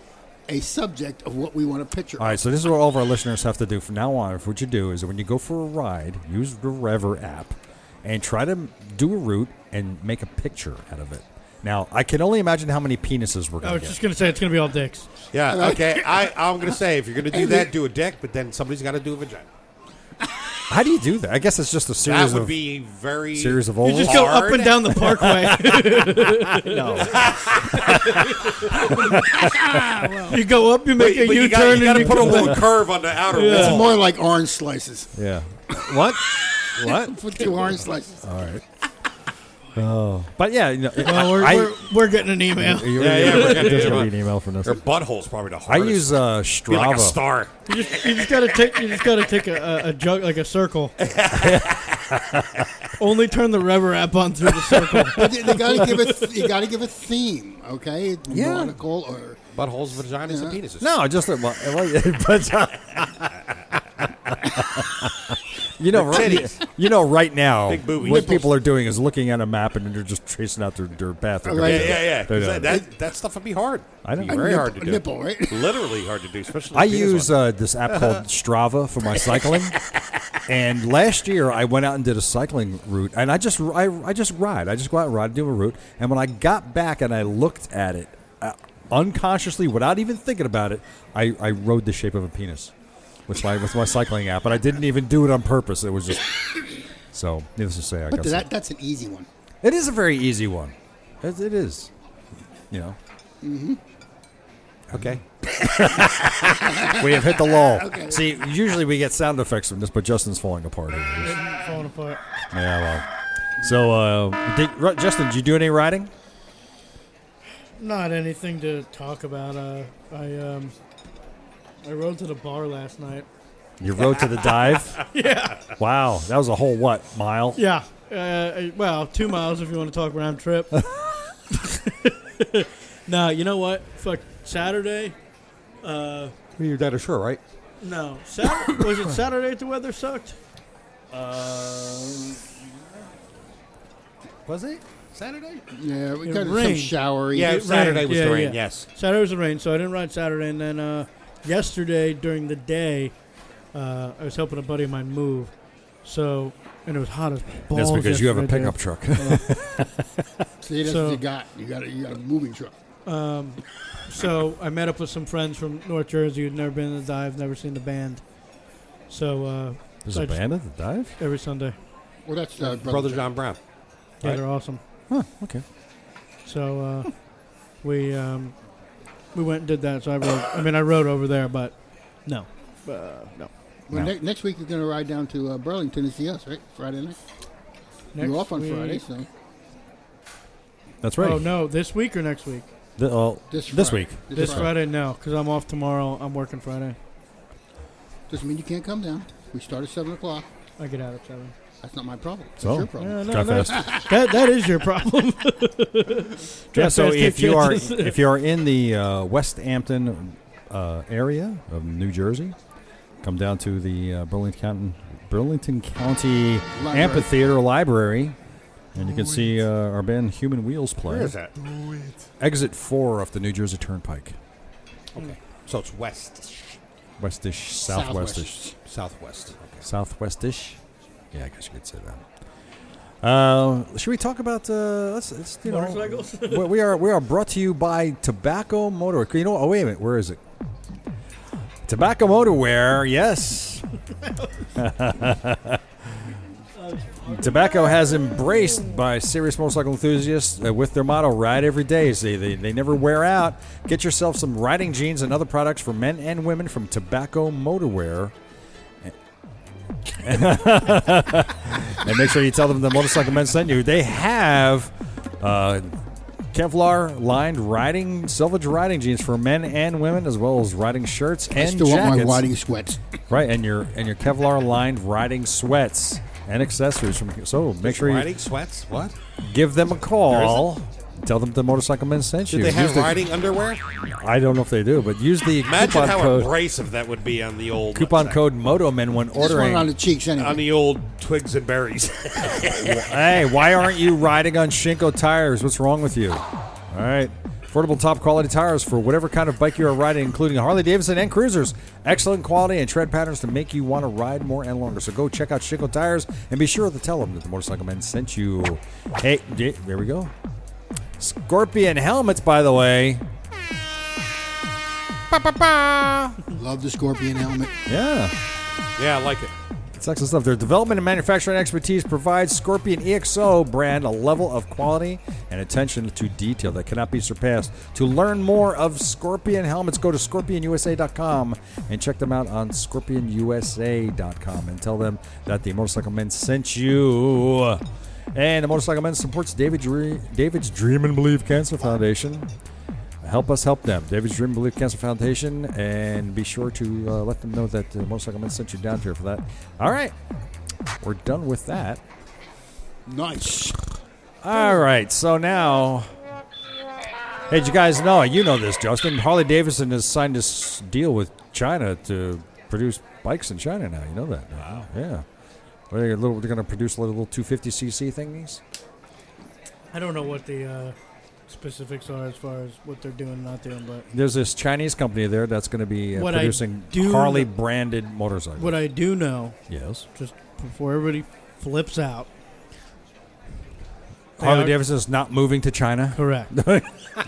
[SPEAKER 5] a subject of what we want to picture.
[SPEAKER 2] All right, so this is what all of our listeners have to do from now on. If what you do is when you go for a ride, use the Rever app and try to do a route and make a picture out of it. Now, I can only imagine how many penises we're
[SPEAKER 3] I
[SPEAKER 4] Oh,
[SPEAKER 2] going
[SPEAKER 3] was
[SPEAKER 2] to
[SPEAKER 3] just
[SPEAKER 2] get.
[SPEAKER 3] gonna say it's gonna be all dicks.
[SPEAKER 4] Yeah, okay. I, I'm going to say, if you're going to do
[SPEAKER 5] And we-
[SPEAKER 4] that, do a dick, but then somebody's got to do a vagina.
[SPEAKER 2] How do you do that? I guess it's just a
[SPEAKER 4] That
[SPEAKER 2] series
[SPEAKER 4] would
[SPEAKER 2] of
[SPEAKER 4] be very.
[SPEAKER 2] series of
[SPEAKER 3] You
[SPEAKER 2] ovals.
[SPEAKER 3] just go up
[SPEAKER 4] Hard.
[SPEAKER 3] and down the parkway. you go up, you make
[SPEAKER 4] Wait,
[SPEAKER 3] a
[SPEAKER 4] but you
[SPEAKER 3] U
[SPEAKER 4] gotta-
[SPEAKER 3] turn,
[SPEAKER 4] you
[SPEAKER 3] and
[SPEAKER 4] got to
[SPEAKER 3] you
[SPEAKER 4] put a
[SPEAKER 3] come back.
[SPEAKER 4] little curve on the outer
[SPEAKER 5] It's
[SPEAKER 4] wall.
[SPEAKER 5] more like orange slices.
[SPEAKER 2] yeah. What? what?
[SPEAKER 5] Put two orange slices.
[SPEAKER 2] All right. Oh, but yeah, you know,
[SPEAKER 3] Well, we're,
[SPEAKER 2] I,
[SPEAKER 3] we're, we're getting an email.
[SPEAKER 2] you-
[SPEAKER 4] Yeah, yeah, we're gonna
[SPEAKER 2] there's
[SPEAKER 4] do
[SPEAKER 2] gonna
[SPEAKER 4] it.
[SPEAKER 2] be an email from this.
[SPEAKER 4] Your butthole's probably the
[SPEAKER 2] I
[SPEAKER 4] hardest.
[SPEAKER 2] use uh, Strava.
[SPEAKER 4] be like a star.
[SPEAKER 3] You just, you just gotta take you just gotta take a, a, a jug like a circle. Only turn the rubber app on through the circle.
[SPEAKER 5] But you got to give it. You got to give a theme, okay?
[SPEAKER 2] Yeah.
[SPEAKER 5] Nautical or
[SPEAKER 4] Buttholes, vaginas, and penises.
[SPEAKER 2] No, just a, well, well, yeah, but uh, You know,
[SPEAKER 4] Big
[SPEAKER 2] right,
[SPEAKER 4] titties.
[SPEAKER 2] you know, right now,
[SPEAKER 4] Big boobies.
[SPEAKER 2] what
[SPEAKER 4] Nipples.
[SPEAKER 2] people are doing is looking at a map and they're just tracing out their, their path.
[SPEAKER 5] I like
[SPEAKER 4] Yeah,
[SPEAKER 5] it.
[SPEAKER 4] yeah, yeah. 'cause
[SPEAKER 2] They're
[SPEAKER 4] That,
[SPEAKER 2] done.
[SPEAKER 4] that, that stuff would be hard.
[SPEAKER 2] I know.
[SPEAKER 4] Be
[SPEAKER 2] A
[SPEAKER 4] Very
[SPEAKER 5] nip-
[SPEAKER 4] hard to
[SPEAKER 5] a
[SPEAKER 4] do.
[SPEAKER 5] nipple, right?
[SPEAKER 4] Literally hard to do, especially.
[SPEAKER 2] I
[SPEAKER 4] the penis
[SPEAKER 2] use
[SPEAKER 4] one.
[SPEAKER 2] uh, this app called Strava for my cycling, and last year I went out and did a cycling route, and I just I, I just ride, I just go out and ride, do a route, and when I got back and I looked at it, uh, unconsciously, without even thinking about it, I, I rode the shape of a penis with my with my cycling app, and I didn't even do it on purpose. It was just so. Needless to say, I
[SPEAKER 5] But
[SPEAKER 2] got
[SPEAKER 5] that, that's an easy one.
[SPEAKER 2] it is a very easy one. It, it is, you know.
[SPEAKER 4] Okay.
[SPEAKER 2] We have hit the lull.
[SPEAKER 5] Okay.
[SPEAKER 2] See, usually we get sound effects from this, but Justin's falling apart. here. He's-
[SPEAKER 3] Falling apart.
[SPEAKER 2] Yeah, well. So, uh, did, Ru- Justin, did you do any riding?
[SPEAKER 3] Not anything to talk about. Uh, I um, I rode to the bar last night.
[SPEAKER 2] You rode to the dive? yeah. Wow, that was a whole what mile?
[SPEAKER 3] Yeah. Uh, well, two miles if you want to talk round trip. no, you know what? Fuck Saturday. Uh,
[SPEAKER 4] You're dead sure, right?
[SPEAKER 3] no, Saturday, was it Saturday the weather sucked?
[SPEAKER 4] Was it Saturday?
[SPEAKER 5] Yeah, we
[SPEAKER 3] It
[SPEAKER 5] got some
[SPEAKER 3] rained.
[SPEAKER 5] showery.
[SPEAKER 4] Yeah,
[SPEAKER 3] It
[SPEAKER 4] Saturday
[SPEAKER 3] rained.
[SPEAKER 4] was
[SPEAKER 3] Yeah,
[SPEAKER 4] the rain.
[SPEAKER 3] yeah.
[SPEAKER 4] Yes.
[SPEAKER 3] Saturday was the rain, so I didn't ride Saturday. And then uh, yesterday during the day, uh, I was helping a buddy of mine move. So and it was hot as balls.
[SPEAKER 2] That's because you have a
[SPEAKER 3] yesterday,
[SPEAKER 2] pickup
[SPEAKER 3] dude.
[SPEAKER 2] truck.
[SPEAKER 5] See, that's
[SPEAKER 3] So-
[SPEAKER 5] what you got. You got a, you got a moving truck.
[SPEAKER 3] So I met up with some friends from North Jersey who'd never been to the dive, never seen the band. So uh,
[SPEAKER 2] There's
[SPEAKER 3] I
[SPEAKER 2] a
[SPEAKER 3] just-
[SPEAKER 2] band at the dive?
[SPEAKER 3] every Sunday,
[SPEAKER 5] Well, that's uh, brother,
[SPEAKER 4] Brother
[SPEAKER 5] Jack.
[SPEAKER 4] John Brown.
[SPEAKER 3] yeah,
[SPEAKER 4] Right.
[SPEAKER 3] they're awesome.
[SPEAKER 2] Huh, okay.
[SPEAKER 3] So uh, we um, we went and did that. So I rode. I mean, I rode over there, but no, uh, no.
[SPEAKER 5] Well,
[SPEAKER 2] No.
[SPEAKER 5] ne- next week you're going to ride down to uh, Burlington to see us, right? Friday night.
[SPEAKER 3] Next
[SPEAKER 5] You're off on
[SPEAKER 3] week-
[SPEAKER 5] Friday, so
[SPEAKER 2] That's right.
[SPEAKER 3] Oh no, this week or next week?
[SPEAKER 2] The- oh,
[SPEAKER 5] this
[SPEAKER 2] This
[SPEAKER 5] Friday.
[SPEAKER 2] week.
[SPEAKER 3] This Friday, no, because I'm off tomorrow. I'm working Friday.
[SPEAKER 5] Doesn't mean you can't come down. We start at seven o'clock.
[SPEAKER 3] I get out at seven.
[SPEAKER 5] That's not my problem. That's
[SPEAKER 2] So?
[SPEAKER 5] your problem.
[SPEAKER 3] Yeah, Uh, no,
[SPEAKER 2] drive
[SPEAKER 3] no,
[SPEAKER 2] fast.
[SPEAKER 3] That that is your problem.
[SPEAKER 2] Yeah, so
[SPEAKER 3] fast,
[SPEAKER 2] if
[SPEAKER 3] take
[SPEAKER 2] you are
[SPEAKER 3] chances.
[SPEAKER 2] if you are in the uh, West Hampton uh, area of New Jersey, come down to the uh, Burlington County, Burlington County
[SPEAKER 5] Library.
[SPEAKER 2] Amphitheater Library, and you can see uh, our band Human Wheels play.
[SPEAKER 4] that?
[SPEAKER 2] Exit four off the New Jersey Turnpike,
[SPEAKER 4] Okay. So it's west,
[SPEAKER 2] westish, southwestish,
[SPEAKER 4] southwest. Okay.
[SPEAKER 2] southwestish. Yeah, I guess you could say that. Uh, should we talk about uh, let's, let's you know
[SPEAKER 3] Motorcycles?
[SPEAKER 2] we we are we are brought to you by Tobacco Motor. You know, oh wait a minute, where is it? Tobacco Motorwear, yes. Tobacco has embraced by serious motorcycle enthusiasts uh, with their motto "Ride every day." See, they, they never wear out. Get yourself some riding jeans and other products for men and women from Tobacco Motorwear. and make sure you tell them the motorcycle men sent you. They have uh, Kevlar lined riding selvage riding jeans for men and women, as well as riding shirts and
[SPEAKER 5] I still
[SPEAKER 2] jackets.
[SPEAKER 5] want my riding sweats.
[SPEAKER 2] Right, and your and your Kevlar lined riding sweats and accessories from. So make sure you
[SPEAKER 4] riding sweats. What?
[SPEAKER 2] give them a call. Tell them the motorcycle men sent
[SPEAKER 4] Did
[SPEAKER 2] you.
[SPEAKER 4] they
[SPEAKER 2] Use
[SPEAKER 4] have
[SPEAKER 2] the-
[SPEAKER 4] riding underwear?
[SPEAKER 2] I don't know if they do, but use the
[SPEAKER 4] Imagine
[SPEAKER 2] coupon
[SPEAKER 4] how
[SPEAKER 2] code
[SPEAKER 4] abrasive that would be on the old
[SPEAKER 2] coupon
[SPEAKER 4] website.
[SPEAKER 2] code MotoMen when
[SPEAKER 5] Just one
[SPEAKER 2] ordering.
[SPEAKER 5] on the cheeks anyway.
[SPEAKER 4] on the old twigs and berries.
[SPEAKER 2] hey, why aren't you riding on Shinko tires? What's wrong with you? All right. Affordable top quality tires for whatever kind of bike you are riding, including Harley Davidson and cruisers. Excellent quality and tread patterns to make you want to ride more and longer. So go check out Shinko tires and be sure to tell them that the motorcycle man sent you. Hey, d- there we go. Scorpion helmets, by the way.
[SPEAKER 5] Love the scorpion helmet.
[SPEAKER 2] Yeah.
[SPEAKER 4] yeah, I like it.
[SPEAKER 2] It's excellent stuff. Their development and manufacturing expertise provides Scorpion EXO brand a level of quality and attention to detail that cannot be surpassed. To learn more of Scorpion helmets, go to scorpionusa.com and check them out on scorpionusa.com and tell them that the Motorcycle Men sent you. And the Motorcycle Men supports David Dre- David's Dream and Believe Cancer Foundation. Help us help them. David's Dream Believe Cancer Foundation, and be sure to uh, let them know that the Motorcycle Men sent you down here for that. All right, we're done with that.
[SPEAKER 5] Nice.
[SPEAKER 2] All right, so now, hey, did you guys know? You know this, Justin. Harley Davidson has signed this deal with China to produce bikes in China now. You know that? Wow. Yeah. What Are they little, they're going to produce little, little 250cc thingies?
[SPEAKER 3] I don't know what the uh, specifics are as far as what they're doing and not doing, but
[SPEAKER 2] There's this Chinese company there that's going to be uh,
[SPEAKER 3] What I
[SPEAKER 2] producing
[SPEAKER 3] do-
[SPEAKER 2] Harley branded motorcycles.
[SPEAKER 3] what I do know,
[SPEAKER 2] yes.
[SPEAKER 3] just before everybody flips out, They
[SPEAKER 2] Harley
[SPEAKER 3] are-
[SPEAKER 2] Davidson's not moving to China.
[SPEAKER 3] correct.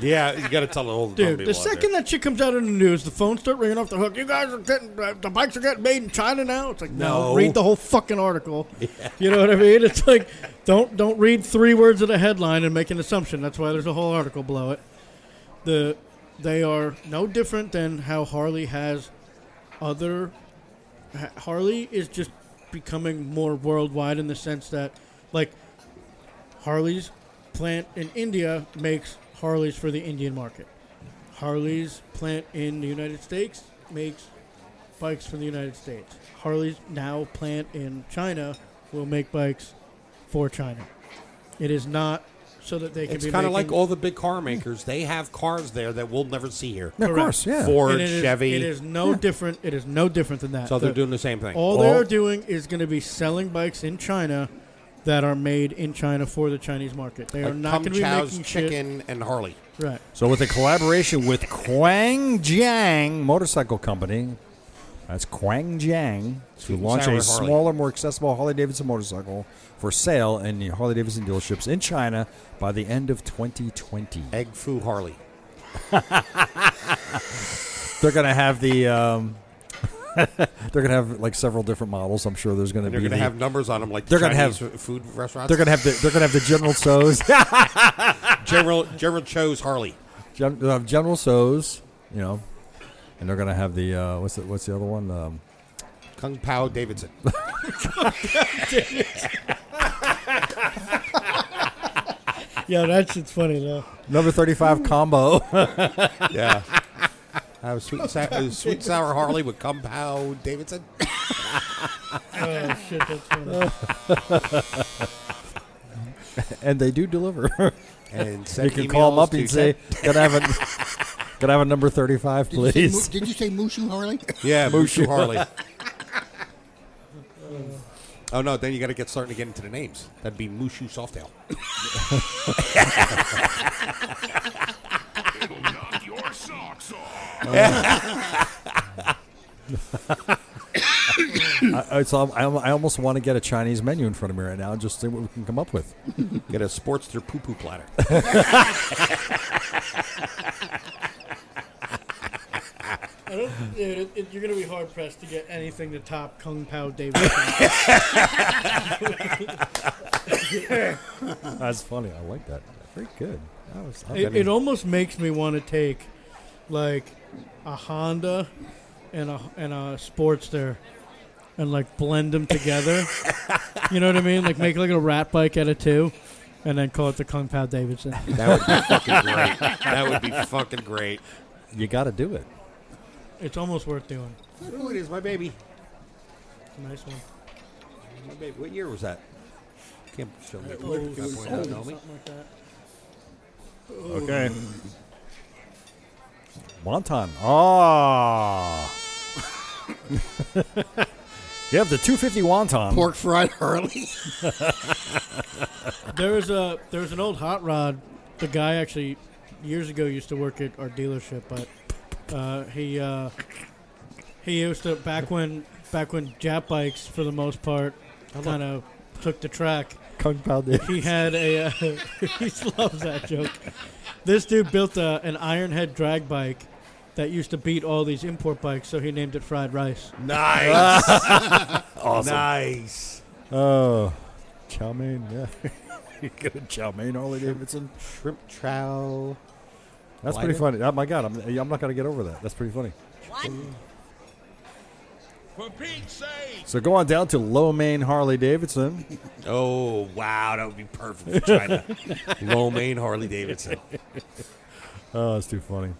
[SPEAKER 4] Yeah, you got to tell all the
[SPEAKER 3] Dude, the second that shit comes out in the news, the phones start ringing off the hook. You guys are getting uh, the bikes are getting made in China now. It's like no,
[SPEAKER 4] No.
[SPEAKER 3] read the whole fucking article. You know what I mean? It's like don't don't read three words of the headline and make an assumption. That's why there's a whole article below it. The they are no different than how Harley has other Ha- Harley is just becoming more worldwide in the sense that like Harley's plant in India makes Harleys for the Indian market. Harley's plant in the United States makes bikes for the United States. Harley's now plant in China will make bikes for China. It is not so that they can
[SPEAKER 4] it's
[SPEAKER 3] be
[SPEAKER 4] kind of like
[SPEAKER 3] making-
[SPEAKER 4] all the big car makers. They have cars there that we'll never see here.
[SPEAKER 2] Yeah, of
[SPEAKER 3] Correct.
[SPEAKER 2] course, yeah.
[SPEAKER 4] Ford,
[SPEAKER 3] and it is-
[SPEAKER 4] Chevy.
[SPEAKER 3] It is no different. It is no different than that.
[SPEAKER 4] so they're
[SPEAKER 3] The-
[SPEAKER 4] doing the same thing.
[SPEAKER 3] All
[SPEAKER 2] All-
[SPEAKER 3] they're doing is going to be selling bikes in China that are made in China for the Chinese market. They are
[SPEAKER 4] like
[SPEAKER 3] not
[SPEAKER 4] Tum
[SPEAKER 3] going to be
[SPEAKER 4] Chow's
[SPEAKER 3] making shit.
[SPEAKER 4] chicken and Harley.
[SPEAKER 3] Right.
[SPEAKER 2] So with a collaboration with Quang Jiang Motorcycle Company, that's Quang Jiang, to
[SPEAKER 4] and
[SPEAKER 2] launch
[SPEAKER 4] sour
[SPEAKER 2] a
[SPEAKER 4] Harley.
[SPEAKER 2] smaller, more accessible Harley Davidson motorcycle for sale in the Harley Davidson dealerships in China by the end of 2020.
[SPEAKER 4] Egg foo Harley.
[SPEAKER 2] They're gonna have the. Um, they're gonna have like several different models. I'm sure there's gonna
[SPEAKER 4] They're
[SPEAKER 2] be.
[SPEAKER 4] going to
[SPEAKER 2] the-
[SPEAKER 4] have numbers on them like
[SPEAKER 2] They're
[SPEAKER 4] going
[SPEAKER 2] gonna
[SPEAKER 4] to
[SPEAKER 2] have-
[SPEAKER 4] food restaurants.
[SPEAKER 2] they're gonna have the. They're gonna have the General So's.
[SPEAKER 4] General General Cho's Harley.
[SPEAKER 2] Gen- they'll have General So's. You know, and they're gonna have the. Uh, what's the What's the other one? Um,
[SPEAKER 4] Kung Pao Davidson.
[SPEAKER 3] Yeah, that shit's funny though.
[SPEAKER 2] number 35 combo.
[SPEAKER 4] yeah. Have sweet, and sa- uh, sweet and sour Harley with Kung Pao Davidson.
[SPEAKER 3] Oh shit, that's funny.
[SPEAKER 2] and they do deliver.
[SPEAKER 4] And
[SPEAKER 2] you
[SPEAKER 4] send
[SPEAKER 2] can call them
[SPEAKER 4] emails
[SPEAKER 2] up
[SPEAKER 4] to
[SPEAKER 2] and say, "Can I have a, can I have a number thirty-five,
[SPEAKER 5] Did you,
[SPEAKER 2] please?"
[SPEAKER 5] say, mu- did you say Mushu Harley?
[SPEAKER 4] Yeah, Mushu Harley. oh no, then you got to get starting to get into the names. That'd be Mushu Softail.
[SPEAKER 1] It'll knock your socks off.
[SPEAKER 2] I, I, so I'm- I'm- I almost want to get a Chinese menu in front of me right now and just see what we can come up with.
[SPEAKER 4] Get a Sportster poo poo platter.
[SPEAKER 3] I don't, dude, it, it, you're going to be hard pressed to get anything to top Kung Pao Davidson.
[SPEAKER 2] That's funny. I like that. Very good. That was.
[SPEAKER 3] it, it almost makes me want to take like a Honda and a and a Sportster and like blend them together. you know what I mean? Like make like a rat bike out of two, and then call it the Kung Pao Davidson.
[SPEAKER 4] That would be fucking great. That would be fucking great.
[SPEAKER 2] you got to do it.
[SPEAKER 3] It's almost worth doing.
[SPEAKER 4] Oh, it is my baby.
[SPEAKER 3] It's a nice one.
[SPEAKER 4] My baby. What year was that? Can't show me.
[SPEAKER 3] Oh,
[SPEAKER 4] Can't point out, know me.
[SPEAKER 3] something like that.
[SPEAKER 2] Okay. Wonton. Ah. you have the 250 wonton.
[SPEAKER 5] Pork fried Harley.
[SPEAKER 3] There was a there was an old hot rod. The guy actually years ago used to work at our dealership, but uh, he uh, he used to back when back when Jap bikes for the most part kind of took the track.
[SPEAKER 2] Kung Pao did.
[SPEAKER 3] He had a uh, he loves that joke. This dude built a, an iron head drag bike that used to beat all these import bikes, so he named it Fried Rice.
[SPEAKER 4] Nice. awesome. Nice.
[SPEAKER 2] Oh, chow mein. Yeah. you get a chow mein, Harley Davidson.
[SPEAKER 4] Shrimp chow.
[SPEAKER 2] That's
[SPEAKER 4] Lighter?
[SPEAKER 2] pretty funny. Oh my god, I'm, I'm not gonna get over that. That's pretty funny.
[SPEAKER 1] For Pete's sake.
[SPEAKER 2] So go on down to Low Main Harley Davidson.
[SPEAKER 4] Oh wow, that would be perfect for China. Low main Harley Davidson.
[SPEAKER 2] Oh, that's too funny.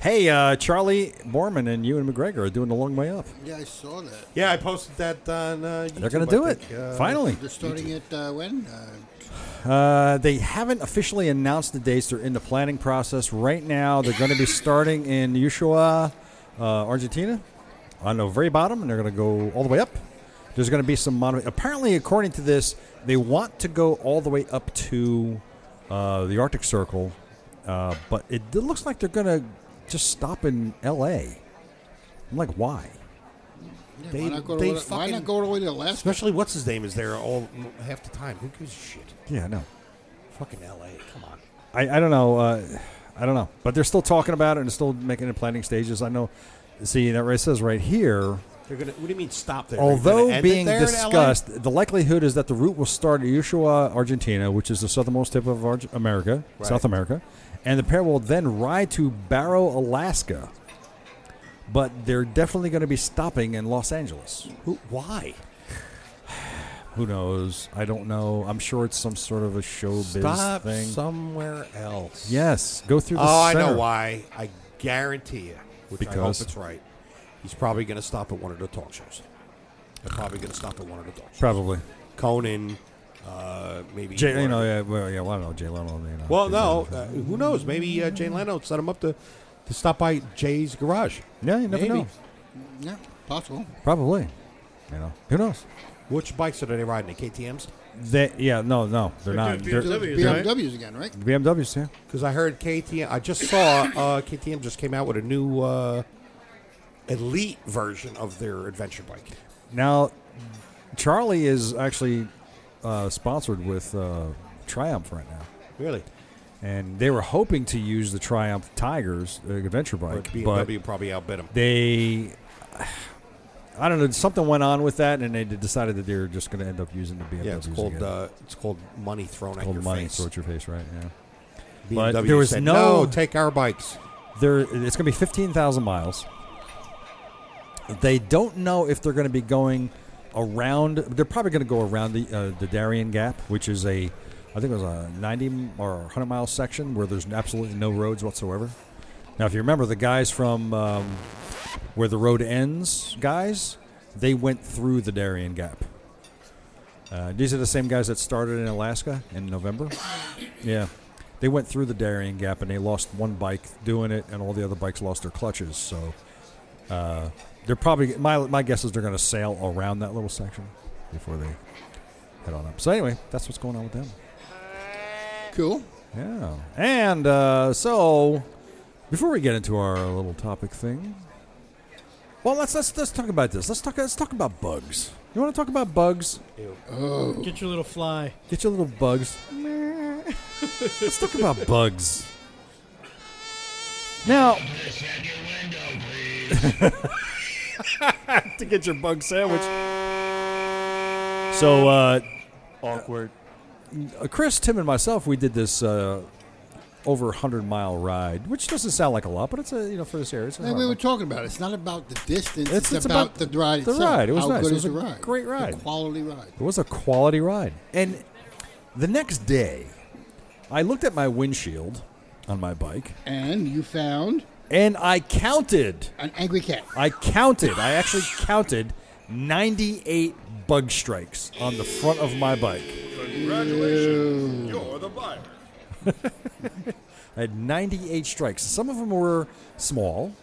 [SPEAKER 2] Hey, uh, Charlie Borman and Ewan McGregor are doing the long way up.
[SPEAKER 5] Yeah, I saw that.
[SPEAKER 4] Yeah, I posted that on. Uh,
[SPEAKER 2] They're
[SPEAKER 4] YouTube,
[SPEAKER 2] gonna
[SPEAKER 4] I
[SPEAKER 2] do it
[SPEAKER 4] think, uh,
[SPEAKER 2] finally.
[SPEAKER 5] They're starting it uh, when? Uh,
[SPEAKER 2] Uh, they haven't officially announced the dates. They're in the planning process right now. They're going to be starting in Ushuaia, uh, Argentina, on the very bottom, and they're going to go all the way up. There's going to be some mod. Apparently, according to this, they want to go all the way up to uh, the Arctic Circle, uh, but it, it looks like they're going to just stop in L.A. I'm like, why?
[SPEAKER 5] Yeah,
[SPEAKER 4] They-
[SPEAKER 5] why, not go
[SPEAKER 4] they
[SPEAKER 5] to, why
[SPEAKER 4] fucking-
[SPEAKER 5] not go all the way to Alaska?
[SPEAKER 4] Especially what's his name is there all half the time. Who gives a shit?
[SPEAKER 2] Yeah, no.
[SPEAKER 4] Fucking L.A. Come on.
[SPEAKER 2] I, I don't know. Uh, I don't know. But they're still talking about it and still making it planning stages. I know. See, that right says right here.
[SPEAKER 4] They're gonna. What do you mean stop there? They're gonna
[SPEAKER 2] Although
[SPEAKER 4] end it
[SPEAKER 2] being
[SPEAKER 4] there in LA?
[SPEAKER 2] discussed, the likelihood is that the route will start at Ushuaia, Argentina, which is the southernmost tip of Arge- America,
[SPEAKER 4] Right.
[SPEAKER 2] South America, and the pair will then ride to Barrow, Alaska. But they're definitely going to be stopping in Los Angeles.
[SPEAKER 4] Who, why?
[SPEAKER 2] Who knows? I don't know. I'm sure it's some sort of a showbiz
[SPEAKER 4] Stop
[SPEAKER 2] thing.
[SPEAKER 4] somewhere else.
[SPEAKER 2] yes, go through the
[SPEAKER 4] Oh, I
[SPEAKER 2] center.
[SPEAKER 4] know why. I guarantee you. Which I hope
[SPEAKER 2] Because?
[SPEAKER 4] it's right. He's probably going to stop at one of the talk shows. They're probably going to stop at one of the talk shows.
[SPEAKER 2] Probably.
[SPEAKER 4] Conan, uh, maybe.
[SPEAKER 2] Jay, you know, yeah, well, yeah, well, I don't know, Jay Leno. You know,
[SPEAKER 4] Well,
[SPEAKER 2] he's
[SPEAKER 4] no.
[SPEAKER 2] on the-
[SPEAKER 4] Uh, who knows? Maybe uh, Jay Leno set him up to, to stop by Jay's garage.
[SPEAKER 2] yeah, you never
[SPEAKER 4] maybe.
[SPEAKER 2] know.
[SPEAKER 5] Yeah, possible.
[SPEAKER 2] Probably. You know, who knows?
[SPEAKER 4] Which bikes are they riding? The KTM's?
[SPEAKER 2] They, yeah, no, no, they're not.
[SPEAKER 3] doing
[SPEAKER 2] They're,
[SPEAKER 3] BMWs, right?
[SPEAKER 5] BMWs again, right?
[SPEAKER 2] BMWs, yeah.
[SPEAKER 4] Because I heard KTM. I just saw uh, KTM just came out with a new uh, elite version of their adventure bike.
[SPEAKER 2] Now, Charlie is actually uh, sponsored with uh, Triumph right now,
[SPEAKER 4] Really?
[SPEAKER 2] and they were hoping to use the Triumph Tigers uh, adventure
[SPEAKER 4] But
[SPEAKER 2] bike, but
[SPEAKER 4] BMW probably outbid them.
[SPEAKER 2] they, I don't know, something went on with that, and they decided that they were just going to end up using the BMWs.
[SPEAKER 4] Yeah, it's called
[SPEAKER 2] again.
[SPEAKER 4] uh, it's called money thrown at
[SPEAKER 2] Called
[SPEAKER 4] your
[SPEAKER 2] money
[SPEAKER 4] face.
[SPEAKER 2] throw at your face, right? Yeah. But
[SPEAKER 4] BMW
[SPEAKER 2] there was
[SPEAKER 4] said,
[SPEAKER 2] no-
[SPEAKER 4] take our bikes.
[SPEAKER 2] There, it's going to be 15,000 miles. They don't know if they're going to be going around. They're probably going to go around the uh, the Darien Gap, which is a, I think it was a 90 or 100 mile section where there's absolutely no roads whatsoever. Now, if you remember, the guys from um, where the road ends, guys, they went through the Darien Gap. Uh, these are the same guys that started in Alaska in November. Yeah. They went through the Darien Gap and they lost one bike doing it, and all the other bikes lost their clutches. So uh, they're probably, my, my guess is they're going to sail around that little section before they head on up. So, anyway, that's what's going on with them.
[SPEAKER 5] Cool.
[SPEAKER 2] Yeah. And uh, so, before we get into our little topic thing, well, let's, let's, let's talk about this. Let's talk, let's talk about bugs. You want to talk about bugs?
[SPEAKER 3] Get your little fly.
[SPEAKER 2] Get your little bugs. Let's talk about bugs. Now, to get your bug sandwich. So, uh,
[SPEAKER 6] Awkward.
[SPEAKER 2] Chris, Tim, and myself, we did this uh, over hundred mile ride, which doesn't sound like a lot, but it's a you know for this area. It's a
[SPEAKER 5] Like
[SPEAKER 2] hard
[SPEAKER 5] we were
[SPEAKER 2] one.
[SPEAKER 5] talking about, it's not about the distance.
[SPEAKER 2] It's-
[SPEAKER 5] It's,
[SPEAKER 2] it's
[SPEAKER 5] about,
[SPEAKER 2] about
[SPEAKER 5] the ride
[SPEAKER 2] the
[SPEAKER 5] itself.
[SPEAKER 2] ride. It was
[SPEAKER 5] How
[SPEAKER 2] nice.
[SPEAKER 5] good
[SPEAKER 2] It was
[SPEAKER 5] is
[SPEAKER 2] a
[SPEAKER 5] the ride?
[SPEAKER 2] great
[SPEAKER 5] The
[SPEAKER 2] ride.
[SPEAKER 5] quality ride.
[SPEAKER 2] It was a quality ride. And the next day, I looked at my windshield on my bike,
[SPEAKER 5] And you found
[SPEAKER 2] and I counted.
[SPEAKER 5] an angry cat.
[SPEAKER 2] I counted. I actually counted 98 bug strikes on the front of my bike.
[SPEAKER 1] Congratulations. You're the buyer.
[SPEAKER 2] I had 98 strikes. Some of them were small.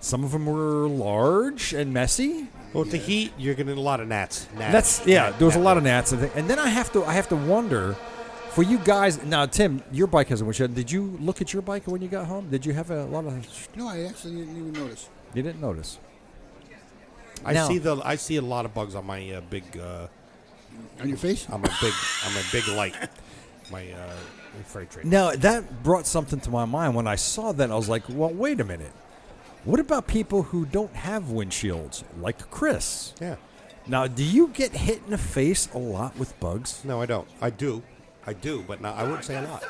[SPEAKER 2] Some of them were large and messy.
[SPEAKER 4] Well, with the heat, you're getting a lot of gnats. gnats
[SPEAKER 2] That's yeah.
[SPEAKER 4] gnat-
[SPEAKER 2] There was a lot of
[SPEAKER 4] gnat-
[SPEAKER 2] gnats, and thi- and then I have to I have to wonder for you guys. Now, Tim, your bike has a windshield. Did you look at your bike when you got home? Did you have a lot of?
[SPEAKER 5] No, I actually didn't even notice.
[SPEAKER 2] You didn't notice.
[SPEAKER 4] I
[SPEAKER 2] No.
[SPEAKER 4] see the I see a lot of bugs on my uh, big uh,
[SPEAKER 5] On your face?
[SPEAKER 2] Oh.
[SPEAKER 4] on my big on my big light. My uh, my freight train.
[SPEAKER 2] Now that brought something to my mind when I saw that. I was like, "Well, wait a minute. What about people who don't have windshields, like Chris?
[SPEAKER 4] Yeah.
[SPEAKER 2] Now, do you get hit in the face a lot with bugs?
[SPEAKER 4] No, I don't. I do. I do, but not, I wouldn't say a lot.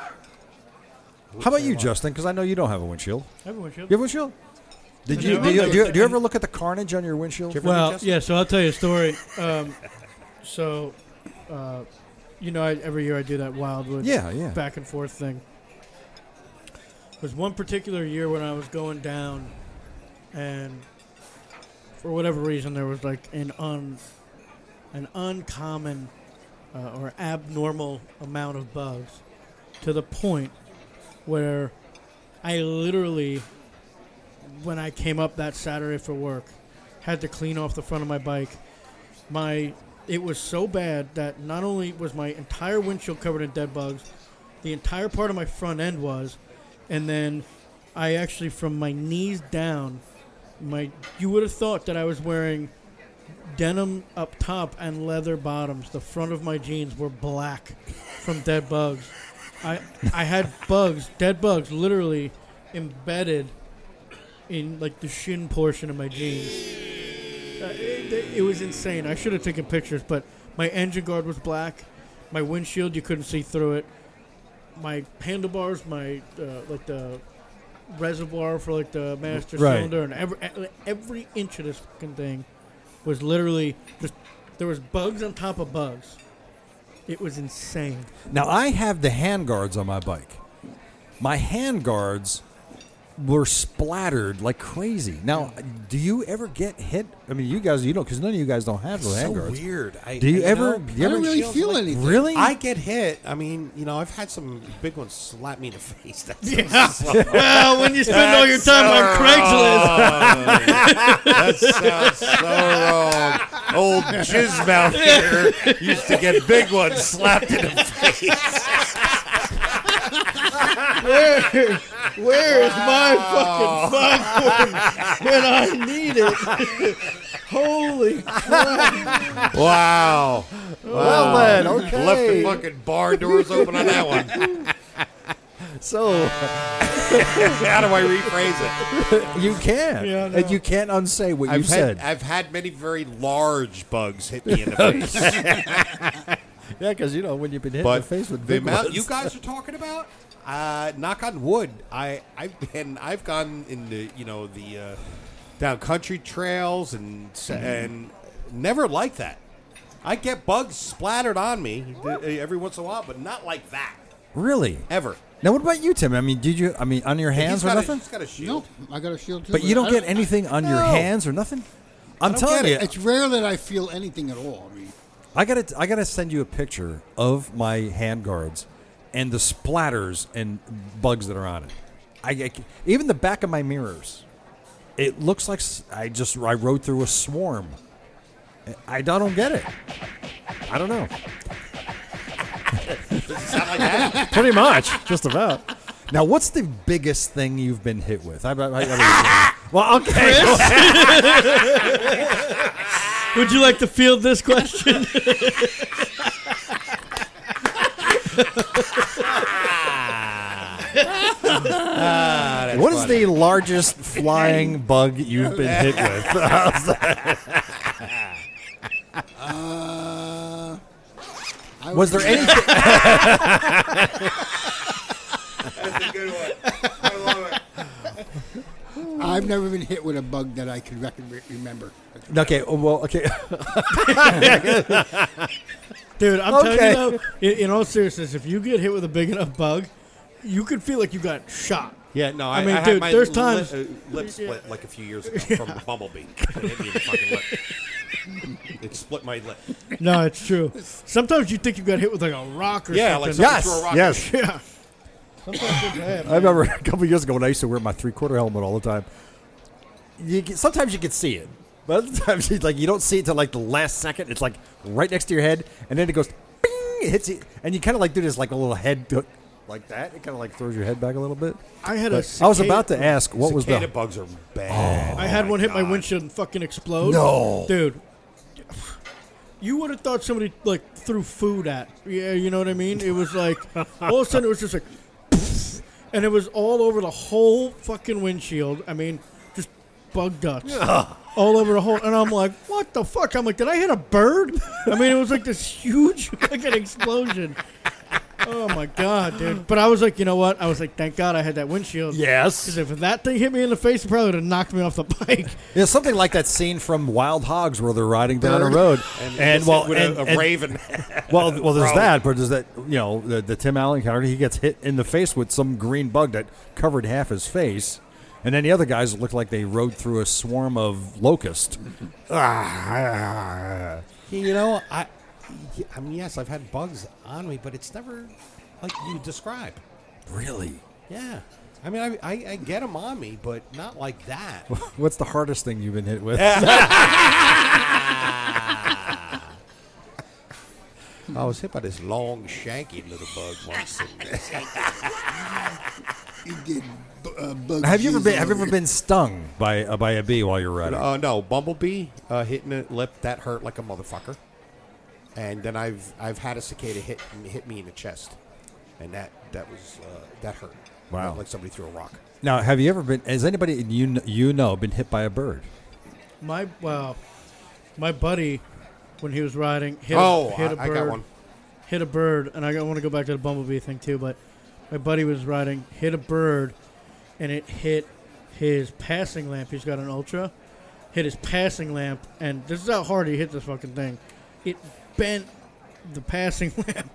[SPEAKER 2] How about you, Justin? Because I know you don't have a windshield.
[SPEAKER 3] Everyone should.
[SPEAKER 2] You have a windshield? Did
[SPEAKER 3] No,
[SPEAKER 2] you
[SPEAKER 3] no,
[SPEAKER 2] do you,
[SPEAKER 3] no.
[SPEAKER 2] do you, do you ever look at the carnage on your windshield?
[SPEAKER 4] Different-
[SPEAKER 3] Well,
[SPEAKER 4] Justin?
[SPEAKER 3] yeah. So I'll tell you a story. Um, so, uh, you know, I, every year I do that Wildwood
[SPEAKER 2] Yeah, yeah.
[SPEAKER 3] back and forth thing. There's one particular year when I was going down, and for whatever reason, there was like an un, an uncommon uh, or abnormal amount of bugs, to the point where I literally, when I came up that Saturday for work, had to clean off the front of my bike my it was so bad that not only was my entire windshield covered in dead bugs, the entire part of my front end was, and then I actually from my knees down, my you would have thought that I was wearing denim up top and leather bottoms. The front of my jeans were black from dead bugs. I I had bugs, dead bugs, literally embedded in like the shin portion of my jeans. Uh, it, it- it was insane. I should have taken pictures, but my engine guard was black. My windshield, you couldn't see through it. My handlebars, my uh, like the reservoir for like the master
[SPEAKER 2] Right.
[SPEAKER 3] cylinder, and every e, every inch of this fucking thing was literally just there was bugs on top of bugs. It was insane.
[SPEAKER 2] Now I have the hand guards on my bike. My hand guards were splattered like crazy. Now, do you ever get hit? I mean, you guys, you don't, because none of you guys don't have those
[SPEAKER 4] so
[SPEAKER 2] hand guards.
[SPEAKER 4] weird. I,
[SPEAKER 2] Do you
[SPEAKER 4] I
[SPEAKER 2] ever?
[SPEAKER 4] know.
[SPEAKER 2] do
[SPEAKER 5] I
[SPEAKER 2] you ever
[SPEAKER 5] don't really feel
[SPEAKER 2] like-
[SPEAKER 5] anything.
[SPEAKER 2] Really?
[SPEAKER 4] I get hit. I mean, you know, I've had some big ones slap me in the face. That's
[SPEAKER 3] well, when you spend all your time on
[SPEAKER 2] uh,
[SPEAKER 3] Craigslist,
[SPEAKER 6] Sounds so wrong. Oh, Old jizz mouth here used to get big ones slapped in the face.
[SPEAKER 3] where is my
[SPEAKER 6] Oh.
[SPEAKER 3] fucking foghorn when I need it? Holy
[SPEAKER 6] Wow.
[SPEAKER 2] Well then, okay.
[SPEAKER 6] Left the fucking bar doors open on that one.
[SPEAKER 2] so
[SPEAKER 6] How do I rephrase it?
[SPEAKER 2] you can,
[SPEAKER 3] Yeah, I know.
[SPEAKER 2] and you can't unsay what you
[SPEAKER 6] I've
[SPEAKER 2] said.
[SPEAKER 6] had, I've had many very large bugs hit me in the face.
[SPEAKER 2] yeah, because you know when you've been hit in
[SPEAKER 6] but
[SPEAKER 2] the face with
[SPEAKER 6] the
[SPEAKER 2] big
[SPEAKER 6] amount
[SPEAKER 2] ones.
[SPEAKER 6] you guys are talking about, uh, knock on wood, I I've been I've gone in the you know the uh, down country trails and s
[SPEAKER 2] Mm-hmm.
[SPEAKER 6] and never like that. I get bugs splattered on me uh, every once in a while, but not like that
[SPEAKER 2] really?
[SPEAKER 6] ever.
[SPEAKER 2] Now, what about you, Tim? I mean, did you? I mean, on your
[SPEAKER 6] He's
[SPEAKER 2] hands or
[SPEAKER 6] got a-
[SPEAKER 2] nothing?
[SPEAKER 6] he's got a shield.
[SPEAKER 5] Nope, I got a shield too.
[SPEAKER 2] But you don't
[SPEAKER 5] I
[SPEAKER 2] get anything on your
[SPEAKER 6] No.
[SPEAKER 2] hands or nothing. I'm
[SPEAKER 6] don't
[SPEAKER 2] telling
[SPEAKER 6] get
[SPEAKER 2] you,
[SPEAKER 6] it.
[SPEAKER 5] It's rare that I feel anything at all. I mean,
[SPEAKER 2] I gotta, I gotta send you a picture of my hand guards and the splatters and bugs that are on it. I, I c- even the back of my mirrors. It looks like s- I just I rode through a swarm. I I don't get it. I don't know. Pretty much, just about. Now, what's the biggest thing you've been hit with? I, I, I- well, okay.
[SPEAKER 3] Would you like to field this question?
[SPEAKER 2] What is the largest flying bug you've been hit with?
[SPEAKER 5] uh, I
[SPEAKER 2] Was there anything?
[SPEAKER 5] I've never been hit with a bug that I could rec- re- remember.
[SPEAKER 2] Okay, oh, well, okay.
[SPEAKER 3] Dude, I'm
[SPEAKER 2] Okay.
[SPEAKER 3] telling you though, in, in all seriousness, if you get hit with a big enough bug, you could feel like you got shot.
[SPEAKER 4] Yeah, no,
[SPEAKER 3] I
[SPEAKER 4] I
[SPEAKER 3] mean,
[SPEAKER 4] I had
[SPEAKER 3] dude,
[SPEAKER 4] my
[SPEAKER 3] there's
[SPEAKER 4] lip-
[SPEAKER 3] times-
[SPEAKER 4] uh, lip split like a few years ago from a bumblebee. It hit me in the fucking lip. It split my lip.
[SPEAKER 3] No, it's true. Sometimes you think you got hit with like a rock or
[SPEAKER 4] Yeah, like
[SPEAKER 3] something.
[SPEAKER 4] someone threw a rock. at me.
[SPEAKER 3] yeah. Sometimes it's bad.
[SPEAKER 2] I remember a couple years ago when I used to wear my three quarter helmet all the time. You get, sometimes you could see it, but other times you like you don't see it till like the last second. It's like right next to your head, and then it goes, bing, it hits you, and you kind of like do this like a little head hook like that. It kind of like throws your head back a little bit.
[SPEAKER 3] I had a
[SPEAKER 2] But I was
[SPEAKER 3] cicada-
[SPEAKER 2] about to Oh ask what was
[SPEAKER 4] Cicada
[SPEAKER 2] the Oh.
[SPEAKER 4] bugs are bad.
[SPEAKER 3] I had one hit my windshield and fucking explode.
[SPEAKER 2] No.
[SPEAKER 3] Dude. You would have thought somebody like threw food at. Yeah, you know what I mean? It was like all of a sudden it was just like and it was all over the whole fucking windshield. I mean, just bug guts. all over the whole and I'm like, what the fuck? I'm like, did I hit a bird? I mean it was like this huge fucking explosion. Oh my god, dude. But I was like, you know what? I was like, thank God I had that windshield.
[SPEAKER 2] yes?
[SPEAKER 3] Because if that thing hit me in the face, it probably would have knocked me off the bike.
[SPEAKER 2] Yeah, something like that scene from Wild Hogs where they're riding down a
[SPEAKER 5] Bird.
[SPEAKER 2] road,
[SPEAKER 4] And,
[SPEAKER 2] and,
[SPEAKER 4] it's hit
[SPEAKER 2] well,
[SPEAKER 4] with
[SPEAKER 2] and,
[SPEAKER 4] a, a
[SPEAKER 2] and-
[SPEAKER 4] raven.
[SPEAKER 2] Well, well, there's
[SPEAKER 4] Bro.
[SPEAKER 2] that, but there's that you know the, the Tim Allen character. He gets hit in the face with some green bug that covered half his face, and then the other guys look like they rode through a swarm of locusts. Ah.
[SPEAKER 4] you know, I, I mean, yes, I've had bugs on me, but it's never like you describe.
[SPEAKER 2] really?
[SPEAKER 4] Yeah. I mean, I, I, I get them on me, but not like that.
[SPEAKER 2] What's the hardest thing you've been hit with?
[SPEAKER 4] I was hit by this long, shanky little bug once.
[SPEAKER 5] He did. bu- Uh, bug
[SPEAKER 2] Have you ever
[SPEAKER 5] jizz
[SPEAKER 2] been Have you
[SPEAKER 5] over
[SPEAKER 2] ever been stung by uh, by a bee while you're riding?
[SPEAKER 4] Uh, no, bumblebee uh, hitting a lip that hurt like a motherfucker. And then I've I've had a cicada hit hit me in the chest, and that that was uh, that hurt.
[SPEAKER 2] Wow.
[SPEAKER 4] like somebody threw a rock.
[SPEAKER 2] Now, have you ever been? Has anybody you kn- you know been hit by a bird?
[SPEAKER 3] My well, my buddy, when he was riding, hit,
[SPEAKER 4] Oh,
[SPEAKER 3] a, hit a
[SPEAKER 4] I- I
[SPEAKER 3] bird,
[SPEAKER 4] got one.
[SPEAKER 3] hit a bird, and I want to go back to the bumblebee thing too. But my buddy was riding, hit a bird, and it hit his passing lamp. He's got an ultra, hit his passing lamp, and this is how hard he hit this fucking thing. It bent the passing lamp.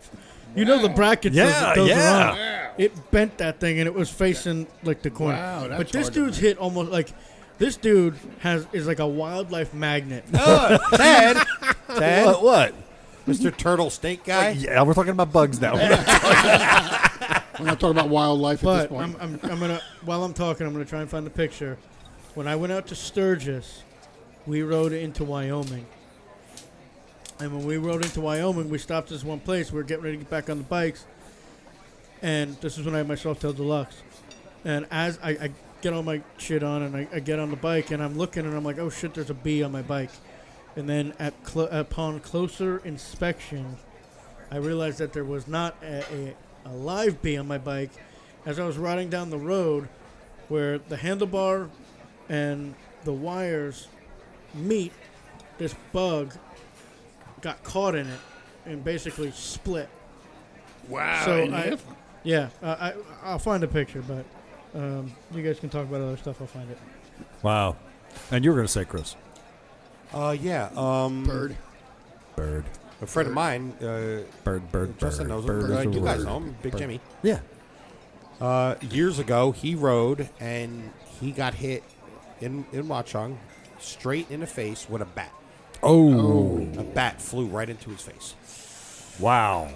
[SPEAKER 3] You know the brackets those-
[SPEAKER 2] Yeah,
[SPEAKER 3] those,
[SPEAKER 2] yeah.
[SPEAKER 3] are on. It bent that thing and it was facing like the corner.
[SPEAKER 5] Wow, that's
[SPEAKER 3] but this
[SPEAKER 5] hard to
[SPEAKER 3] dude's hit almost like this dude has is like a wildlife magnet.
[SPEAKER 4] Ted, Ted,
[SPEAKER 2] What? what?
[SPEAKER 4] Mr. Turtle Steak guy.
[SPEAKER 2] Yeah, we're talking about bugs now.
[SPEAKER 5] We're not talking about wildlife at this
[SPEAKER 3] But I'm,
[SPEAKER 2] um,
[SPEAKER 5] point.
[SPEAKER 3] I'm, I'm gonna while I'm talking, I'm gonna try and find the picture. When I went out to Sturgis, we rode into Wyoming, and when we rode into Wyoming, we stopped at this one place. We were getting ready to get back on the bikes, and this is when I had my Softail Deluxe. And as I, I get all my shit on, and I, I get on the bike, and I'm looking, and I'm like, oh shit, there's a bee on my bike. And then at cl- upon closer inspection, I realized that there was not a, a, a live bee on my bike as I was riding down the road where the handlebar and the wires meet. This bug got caught in it and basically split.
[SPEAKER 5] wow.
[SPEAKER 3] so
[SPEAKER 5] and
[SPEAKER 3] I-
[SPEAKER 5] if-
[SPEAKER 3] Yeah, uh, I, I'll find a picture, but um, you guys can talk about other stuff. I'll find it.
[SPEAKER 2] wow. And you were going to say, Chris,
[SPEAKER 4] Uh, yeah. Um,
[SPEAKER 5] bird.
[SPEAKER 2] bird,
[SPEAKER 4] a friend of mine, uh,
[SPEAKER 2] bird, bird,
[SPEAKER 4] Justin
[SPEAKER 2] bird,
[SPEAKER 4] knows
[SPEAKER 2] bird
[SPEAKER 4] him. Uh,
[SPEAKER 2] is a
[SPEAKER 4] you guys
[SPEAKER 2] word.
[SPEAKER 4] know him, Big
[SPEAKER 2] Bird.
[SPEAKER 4] Jimmy.
[SPEAKER 2] Yeah.
[SPEAKER 4] Uh, years ago, he rode and he got hit in in Wachung, straight in the face with a bat.
[SPEAKER 2] Oh,
[SPEAKER 4] A bat flew right into his face.
[SPEAKER 2] wow,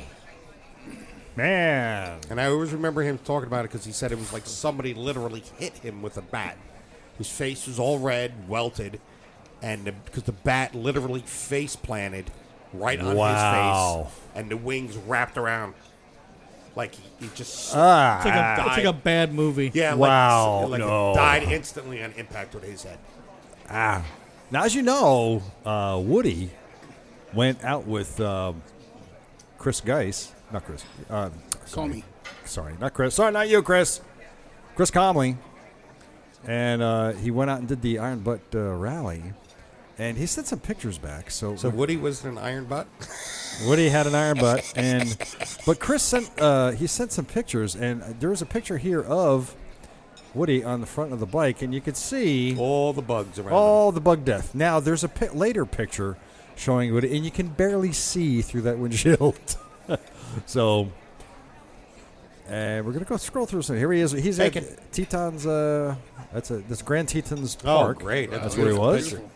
[SPEAKER 2] man.
[SPEAKER 4] And I always remember him talking about it because he said it was like somebody literally hit him with a bat. His face was all red, welted, and because the, bat literally face planted right on
[SPEAKER 2] Wow.
[SPEAKER 4] his face, and the wings wrapped around, like he, he just
[SPEAKER 2] Ah,
[SPEAKER 3] It's like, a, it's like a
[SPEAKER 4] died.
[SPEAKER 3] bad movie.
[SPEAKER 4] yeah,
[SPEAKER 2] Wow,
[SPEAKER 4] like, like
[SPEAKER 2] no.
[SPEAKER 4] it died instantly on impact with his head.
[SPEAKER 2] ah. Now, as you know, uh, Woody went out with um, Chris Geis, not Chris. Um,
[SPEAKER 5] Call me.
[SPEAKER 2] sorry, not Chris. Sorry, not you, Chris. Chris Comley. And uh, he went out and did the Iron Butt uh, rally. And he sent some pictures back. So,
[SPEAKER 4] So Woody was an iron butt.
[SPEAKER 2] Woody had an iron butt, and but Chris sent uh, he sent some pictures, and there was a picture here of Woody on the front of the bike, and you could see
[SPEAKER 4] All the bugs around. him. Oh,
[SPEAKER 2] all the bug death. Now there's a pi- later picture showing Woody, and you can barely see through that windshield. so, and we're gonna go scroll through some. Here he is. He's
[SPEAKER 4] Taken.
[SPEAKER 2] at Tetons. Uh, that's a that's Grand Tetons
[SPEAKER 4] Oh,
[SPEAKER 2] Park.
[SPEAKER 4] great!
[SPEAKER 2] That's
[SPEAKER 4] a
[SPEAKER 2] where he
[SPEAKER 4] beautiful
[SPEAKER 2] was.
[SPEAKER 4] picture.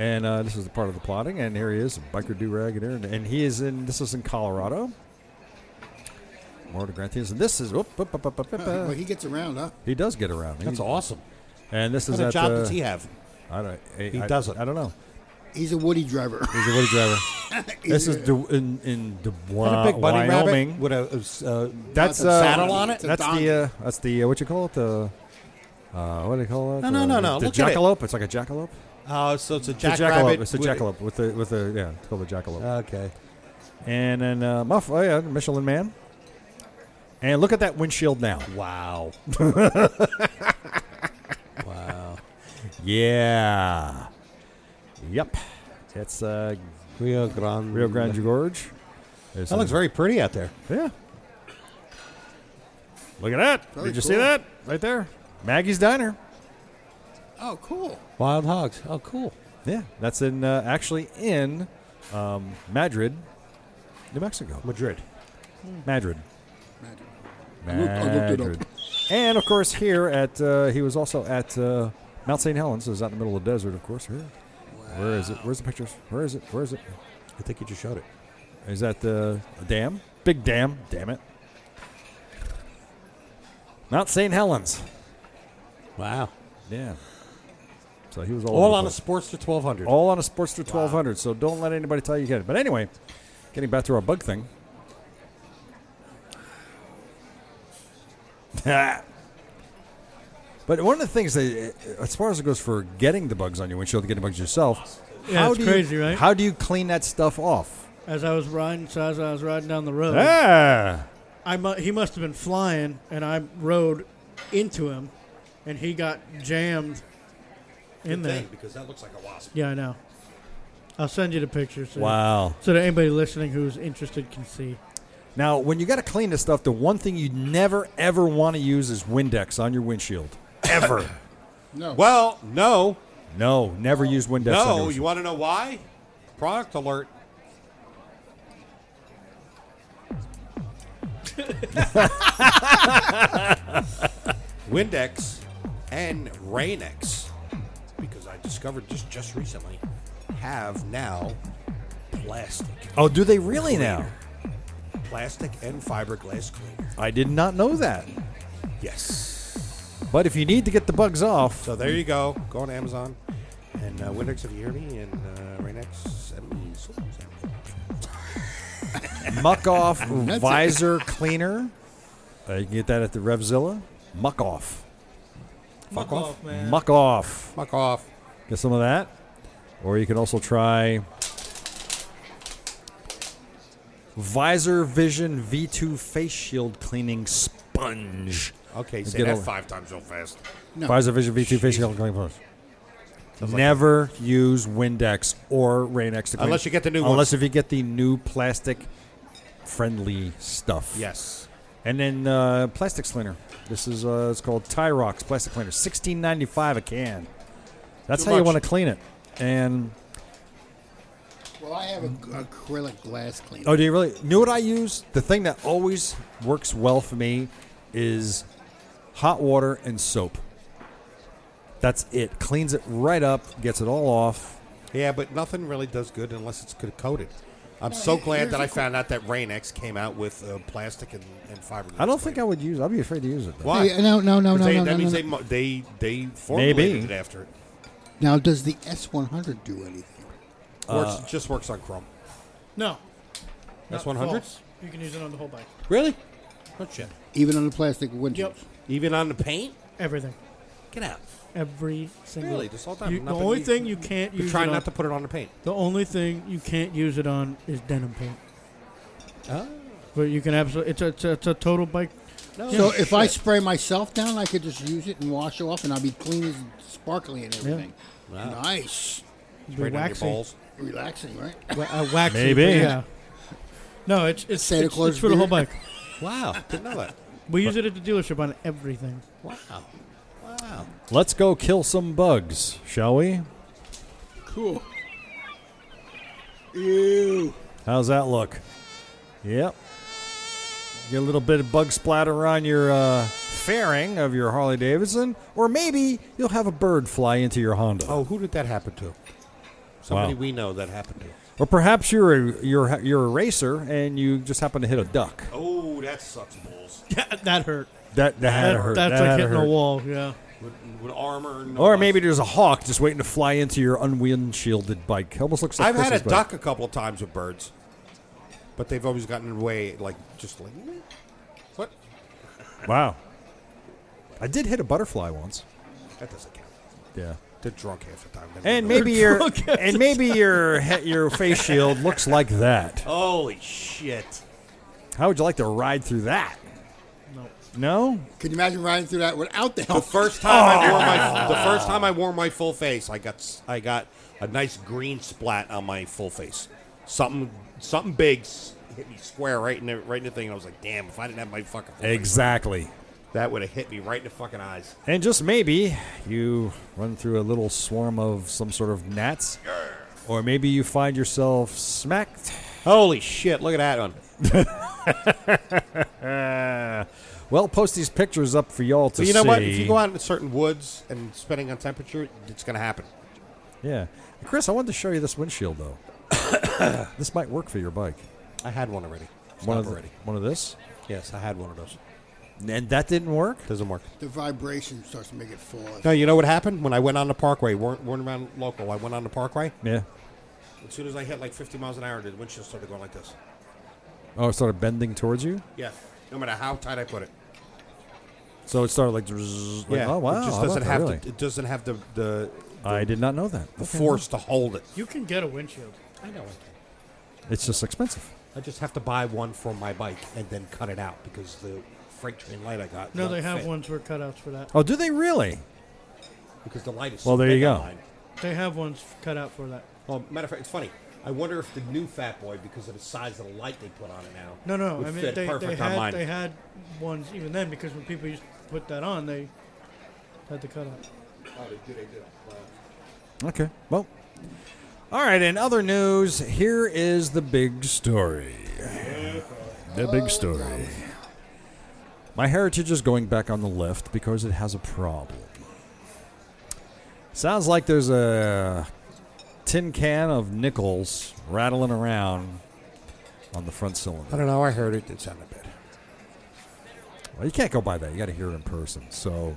[SPEAKER 2] And uh, this is the part of the plotting. And here he is, biker do rag and errand. And he is in. This is in Colorado. More to Grand Tetons. And this is. Whoop, whoop, whoop, whoop, whoop,
[SPEAKER 5] Huh, well,
[SPEAKER 2] whoop.
[SPEAKER 5] he gets around, huh?
[SPEAKER 2] He does get around.
[SPEAKER 4] That's
[SPEAKER 2] He-
[SPEAKER 4] awesome.
[SPEAKER 2] And this
[SPEAKER 4] What
[SPEAKER 2] is
[SPEAKER 4] a
[SPEAKER 2] at.
[SPEAKER 4] job
[SPEAKER 2] uh,
[SPEAKER 4] does he have?
[SPEAKER 2] I don't. I,
[SPEAKER 4] He
[SPEAKER 2] I-
[SPEAKER 4] doesn't.
[SPEAKER 2] I don't know.
[SPEAKER 5] He's a woody driver.
[SPEAKER 2] He's a woody driver. this is
[SPEAKER 5] He's a-
[SPEAKER 2] Du- in in
[SPEAKER 4] And
[SPEAKER 2] Dubois,
[SPEAKER 4] a big bunny
[SPEAKER 2] Wyoming.
[SPEAKER 4] rabbit with a, a, a
[SPEAKER 2] That's
[SPEAKER 5] Not
[SPEAKER 2] uh,
[SPEAKER 5] the
[SPEAKER 4] saddle on it?
[SPEAKER 5] It's a
[SPEAKER 2] That's
[SPEAKER 5] donkey.
[SPEAKER 2] the uh, that's the uh, what you call it the uh, what do you call it?
[SPEAKER 4] No, no,
[SPEAKER 2] Uh,
[SPEAKER 4] no, no.
[SPEAKER 2] The
[SPEAKER 4] Look at it.
[SPEAKER 2] jackalope. It's like a jackalope.
[SPEAKER 4] Oh, so it's a
[SPEAKER 2] It's a
[SPEAKER 4] jackalope.
[SPEAKER 2] jackalope. It's a jackalope with the with the yeah. It's called a jackalope.
[SPEAKER 4] Okay.
[SPEAKER 2] and then uh, Muff. Oh yeah, Michelin Man. And look at that windshield now.
[SPEAKER 4] Wow. wow.
[SPEAKER 2] Yeah. Yep. It's uh,
[SPEAKER 4] Rio Grande.
[SPEAKER 2] Rio Grande Gorge. There's
[SPEAKER 4] Mm-hmm. That looks
[SPEAKER 2] a-
[SPEAKER 4] very pretty out there.
[SPEAKER 2] Yeah. Look at that.
[SPEAKER 5] Very
[SPEAKER 2] Did you see
[SPEAKER 5] cool.
[SPEAKER 2] that? Right there. Maggie's Diner.
[SPEAKER 5] Oh, cool.
[SPEAKER 4] Wild hogs. Oh, cool.
[SPEAKER 2] Yeah. That's in uh, actually in um, Madrid, New Mexico. Hmm.
[SPEAKER 4] Madrid.
[SPEAKER 2] Madrid.
[SPEAKER 5] Imagine. I looked it
[SPEAKER 2] Madrid. And of course, here at uh, he was also at uh, Mount St. Helens. Is out in the middle of the desert, of course. Here. Where is it? Where's the pictures? Where is it? Where is it?
[SPEAKER 4] I think you just showed it.
[SPEAKER 2] Is that the a dam? Big dam. Damn it. Not St. Helens.
[SPEAKER 7] Wow.
[SPEAKER 2] Yeah. So he was all,
[SPEAKER 7] All
[SPEAKER 2] over
[SPEAKER 7] on
[SPEAKER 2] the
[SPEAKER 7] a
[SPEAKER 2] place.
[SPEAKER 7] Sportster 1200.
[SPEAKER 2] all on a Sportster 1200. So don't let anybody tell you you can. But anyway, getting back to our bug thing. but one of the things that, uh, as far as it goes for getting the bugs on your windshield, getting bugs yourself,
[SPEAKER 3] Yeah,
[SPEAKER 2] how
[SPEAKER 3] it's
[SPEAKER 2] do
[SPEAKER 3] crazy,
[SPEAKER 2] you,
[SPEAKER 3] right?
[SPEAKER 2] How do you clean that stuff off?
[SPEAKER 3] As I was riding, so as I was riding down the road,
[SPEAKER 2] Ah,
[SPEAKER 3] I mu- he must have been flying, and I rode into him, and he got jammed in there.
[SPEAKER 7] because that looks like a wasp.
[SPEAKER 3] Yeah, I know. I'll send you the picture so,
[SPEAKER 2] wow.
[SPEAKER 3] so that anybody listening who's interested can see.
[SPEAKER 2] Now, when you got to clean this stuff, the one thing you never ever want to use is Windex on your windshield. Ever.
[SPEAKER 5] No.
[SPEAKER 4] Well, no,
[SPEAKER 2] no, never use Windex. on your
[SPEAKER 4] no.
[SPEAKER 2] windshield.
[SPEAKER 4] You want to know why? Product alert. Windex and Rain-X, because I discovered just just recently, have now plastic,
[SPEAKER 2] Oh, do they really now?
[SPEAKER 4] plastic and fiberglass cleaner.
[SPEAKER 2] I did not know that.
[SPEAKER 4] Yes.
[SPEAKER 2] But if you need to get the bugs off,
[SPEAKER 4] So there you go. Go on Amazon and uh, Windex if you hear me, and uh, Rain-X. and Solar's.
[SPEAKER 2] muck off
[SPEAKER 5] it.
[SPEAKER 2] visor cleaner. Uh, you can get that at the Revzilla. Muck off.
[SPEAKER 7] Fuck off.
[SPEAKER 4] Mm-hmm.
[SPEAKER 3] man.
[SPEAKER 2] Muck off.
[SPEAKER 4] Fuck off.
[SPEAKER 2] Get some of that. Or you can also try Visor Vision V2 Face Shield Cleaning Sponge.
[SPEAKER 4] Okay,
[SPEAKER 2] Let's
[SPEAKER 4] say
[SPEAKER 2] get
[SPEAKER 4] that
[SPEAKER 2] over-
[SPEAKER 4] five times real fast.
[SPEAKER 5] No.
[SPEAKER 2] Visor Vision V2 Face Shield Cleaning Sponge. Never use Windex or Rain-X to clean.
[SPEAKER 4] Unless you get the new one.
[SPEAKER 2] Unless if you get the new plastic friendly stuff.
[SPEAKER 4] Yes.
[SPEAKER 2] And then uh, plastic cleaner. This is uh, it's called Tyrox plastic cleaner, sixteen ninety five a can. That's
[SPEAKER 4] Too
[SPEAKER 2] how you
[SPEAKER 4] much.
[SPEAKER 2] want to clean it. And
[SPEAKER 5] Well, I have a g- acrylic glass cleaner.
[SPEAKER 2] oh, do you really? You know what I use? The thing that always works well for me is hot water and soap. That's it. Cleans it right up, gets it all off.
[SPEAKER 4] Yeah, but nothing really does good unless it's good coated. I'm so
[SPEAKER 5] he-
[SPEAKER 4] glad
[SPEAKER 5] here's
[SPEAKER 4] that
[SPEAKER 5] the
[SPEAKER 4] I found out that Rain X came out with uh, plastic and, and fiber.
[SPEAKER 2] I don't think I would use. I'd be afraid to use it. Though.
[SPEAKER 4] Why?
[SPEAKER 5] Hey, no, no, no,
[SPEAKER 4] 'Cause
[SPEAKER 5] no,
[SPEAKER 4] they-
[SPEAKER 5] no,
[SPEAKER 4] That
[SPEAKER 5] no,
[SPEAKER 4] means
[SPEAKER 5] no.
[SPEAKER 4] they mo- they they formulated
[SPEAKER 2] Maybe.
[SPEAKER 4] it after it.
[SPEAKER 5] Now, does the S100 do anything?
[SPEAKER 4] Works
[SPEAKER 2] Uh,
[SPEAKER 4] just works on Chrome.
[SPEAKER 3] No.
[SPEAKER 4] That's
[SPEAKER 3] not
[SPEAKER 4] 100?
[SPEAKER 3] false. You can use it on the whole bike.
[SPEAKER 4] Really? No shit.
[SPEAKER 5] Even on the plastic windshield?
[SPEAKER 3] Yep.
[SPEAKER 4] Even on the paint?
[SPEAKER 3] Everything.
[SPEAKER 4] Get out.
[SPEAKER 3] Every single.
[SPEAKER 4] Really? This whole time?
[SPEAKER 3] You-
[SPEAKER 4] I've
[SPEAKER 3] the
[SPEAKER 4] not been
[SPEAKER 3] only
[SPEAKER 4] using-
[SPEAKER 3] thing you can't
[SPEAKER 4] Been
[SPEAKER 3] use.
[SPEAKER 4] trying
[SPEAKER 3] it on,
[SPEAKER 4] not to put it on the paint.
[SPEAKER 3] The only thing you can't use it on is denim paint.
[SPEAKER 4] Oh.
[SPEAKER 3] But you can absolutely. It's a, it's a, it's a total bike.
[SPEAKER 4] No.
[SPEAKER 5] So if I spray myself down, I could just use it and wash it off, and I'll be clean as sparkly and everything.
[SPEAKER 4] Wow.
[SPEAKER 5] Nice,
[SPEAKER 4] Right on your
[SPEAKER 3] waxy.
[SPEAKER 4] balls.
[SPEAKER 5] relaxing, right?
[SPEAKER 3] Wa- uh, waxy.
[SPEAKER 2] Maybe.
[SPEAKER 3] but Yeah. No, it's it's,
[SPEAKER 5] Santa
[SPEAKER 3] it's,
[SPEAKER 5] Claus
[SPEAKER 3] it's for the whole
[SPEAKER 5] beard.
[SPEAKER 3] bike.
[SPEAKER 4] Wow. Didn't know that.
[SPEAKER 3] We use it at the dealership on everything.
[SPEAKER 4] Wow. Wow.
[SPEAKER 2] Let's go kill some bugs, shall we?
[SPEAKER 5] Cool. Ew.
[SPEAKER 2] How's that look? Yep. Get a little bit of bug splatter on your uh, fairing of your Harley Davidson, or maybe you'll have a bird fly into your Honda.
[SPEAKER 4] Oh, who did that happen to? Somebody
[SPEAKER 2] Wow.
[SPEAKER 4] we know that happened to.
[SPEAKER 2] Or perhaps you're a, you're a- you're a racer and you just happen to hit a duck.
[SPEAKER 4] Oh, that sucks balls.
[SPEAKER 3] that hurt.
[SPEAKER 2] That that had to hurt.
[SPEAKER 3] That's
[SPEAKER 2] That had
[SPEAKER 3] like
[SPEAKER 2] to
[SPEAKER 3] hitting a
[SPEAKER 2] hurt.
[SPEAKER 3] wall. Yeah.
[SPEAKER 4] With, with armor. And
[SPEAKER 2] Or maybe there's a hawk just waiting to fly into your unwindshielded bike. Almost looks like
[SPEAKER 4] I've had a
[SPEAKER 2] Chris's bike.
[SPEAKER 4] duck a couple of times with birds, but they've always gotten in the way, like just like what?
[SPEAKER 2] Wow. I did hit a butterfly once.
[SPEAKER 4] That doesn't count.
[SPEAKER 2] Yeah.
[SPEAKER 4] They're drunk half the time. They don't
[SPEAKER 2] And
[SPEAKER 4] know.
[SPEAKER 2] maybe your and maybe your he- your face shield looks like that.
[SPEAKER 4] holy shit!
[SPEAKER 2] How would you like to ride through that? No. No?
[SPEAKER 5] Can you imagine riding through that without the
[SPEAKER 4] The
[SPEAKER 5] help?
[SPEAKER 4] first time I wore my the first time I wore my full face, I got s- I got a nice green splat on my full face. Something something big s- hit me square right in the right in the thing. And I was like, damn! If I didn't have my fucking full face,
[SPEAKER 2] Exactly.
[SPEAKER 4] that would have hit me right in the fucking eyes.
[SPEAKER 2] And just maybe you run through a little swarm of some sort of gnats. Or maybe you find yourself smacked.
[SPEAKER 4] Holy shit! Look at that one.
[SPEAKER 2] Well, post these pictures up for y'all to
[SPEAKER 4] But you know
[SPEAKER 2] see.
[SPEAKER 4] what? If you go out in certain woods and spending on temperature, it's going to happen.
[SPEAKER 2] Yeah. Chris, I wanted to show you this windshield, though. this might work for your bike.
[SPEAKER 4] I had one already. It's
[SPEAKER 2] One
[SPEAKER 4] not
[SPEAKER 2] of, the-
[SPEAKER 4] already.
[SPEAKER 2] one of this?
[SPEAKER 4] Yes, I had one of those.
[SPEAKER 2] And that didn't work?
[SPEAKER 4] Doesn't work.
[SPEAKER 5] The vibration starts to make it fall.
[SPEAKER 4] No, you know what happened when I went on the parkway? weren't weren't around local. I went on the parkway.
[SPEAKER 2] Yeah.
[SPEAKER 4] As soon as I hit like 50 miles an hour, the windshield started going like this.
[SPEAKER 2] Oh, it started bending towards you?
[SPEAKER 4] Yeah, no matter how tight I put it.
[SPEAKER 2] So it started like, zzzz, like,
[SPEAKER 4] yeah,
[SPEAKER 2] oh, wow.
[SPEAKER 4] it just
[SPEAKER 2] how about
[SPEAKER 4] doesn't
[SPEAKER 2] that,
[SPEAKER 4] have
[SPEAKER 2] really?
[SPEAKER 4] the, it doesn't have the the,
[SPEAKER 2] I did not know that.
[SPEAKER 4] the
[SPEAKER 2] Okay.
[SPEAKER 4] force to hold it.
[SPEAKER 3] You can get a windshield.
[SPEAKER 4] I know. I,
[SPEAKER 2] It's just expensive.
[SPEAKER 4] just have to buy one for my bike and then cut it out because the freight train light I got.
[SPEAKER 3] No,
[SPEAKER 4] won't
[SPEAKER 3] they have
[SPEAKER 4] fit
[SPEAKER 3] ones for cutouts for that.
[SPEAKER 2] Oh, do they really?
[SPEAKER 4] because the light is.
[SPEAKER 2] Well, there you go.
[SPEAKER 4] Line.
[SPEAKER 3] They have ones cut out for that.
[SPEAKER 4] Well, matter of fact, it's funny. I wonder if the new Fat Boy, because of the size of the light they put on it now,
[SPEAKER 3] No, no.
[SPEAKER 4] would
[SPEAKER 3] I mean,
[SPEAKER 4] fit
[SPEAKER 3] they,
[SPEAKER 4] perfect
[SPEAKER 3] they
[SPEAKER 4] on mine.
[SPEAKER 3] had they had ones even then because when people used to put that on, they had the cutout.
[SPEAKER 2] Okay. Well, all right. In other news, here is the big story. The big story. My heritage is going back on the left because it has a problem. Sounds like there's a tin can of nickels rattling around on the front cylinder.
[SPEAKER 4] don't know. I heard it. It sounded bad.
[SPEAKER 2] Well, you can't go by that. You got to hear it in person. So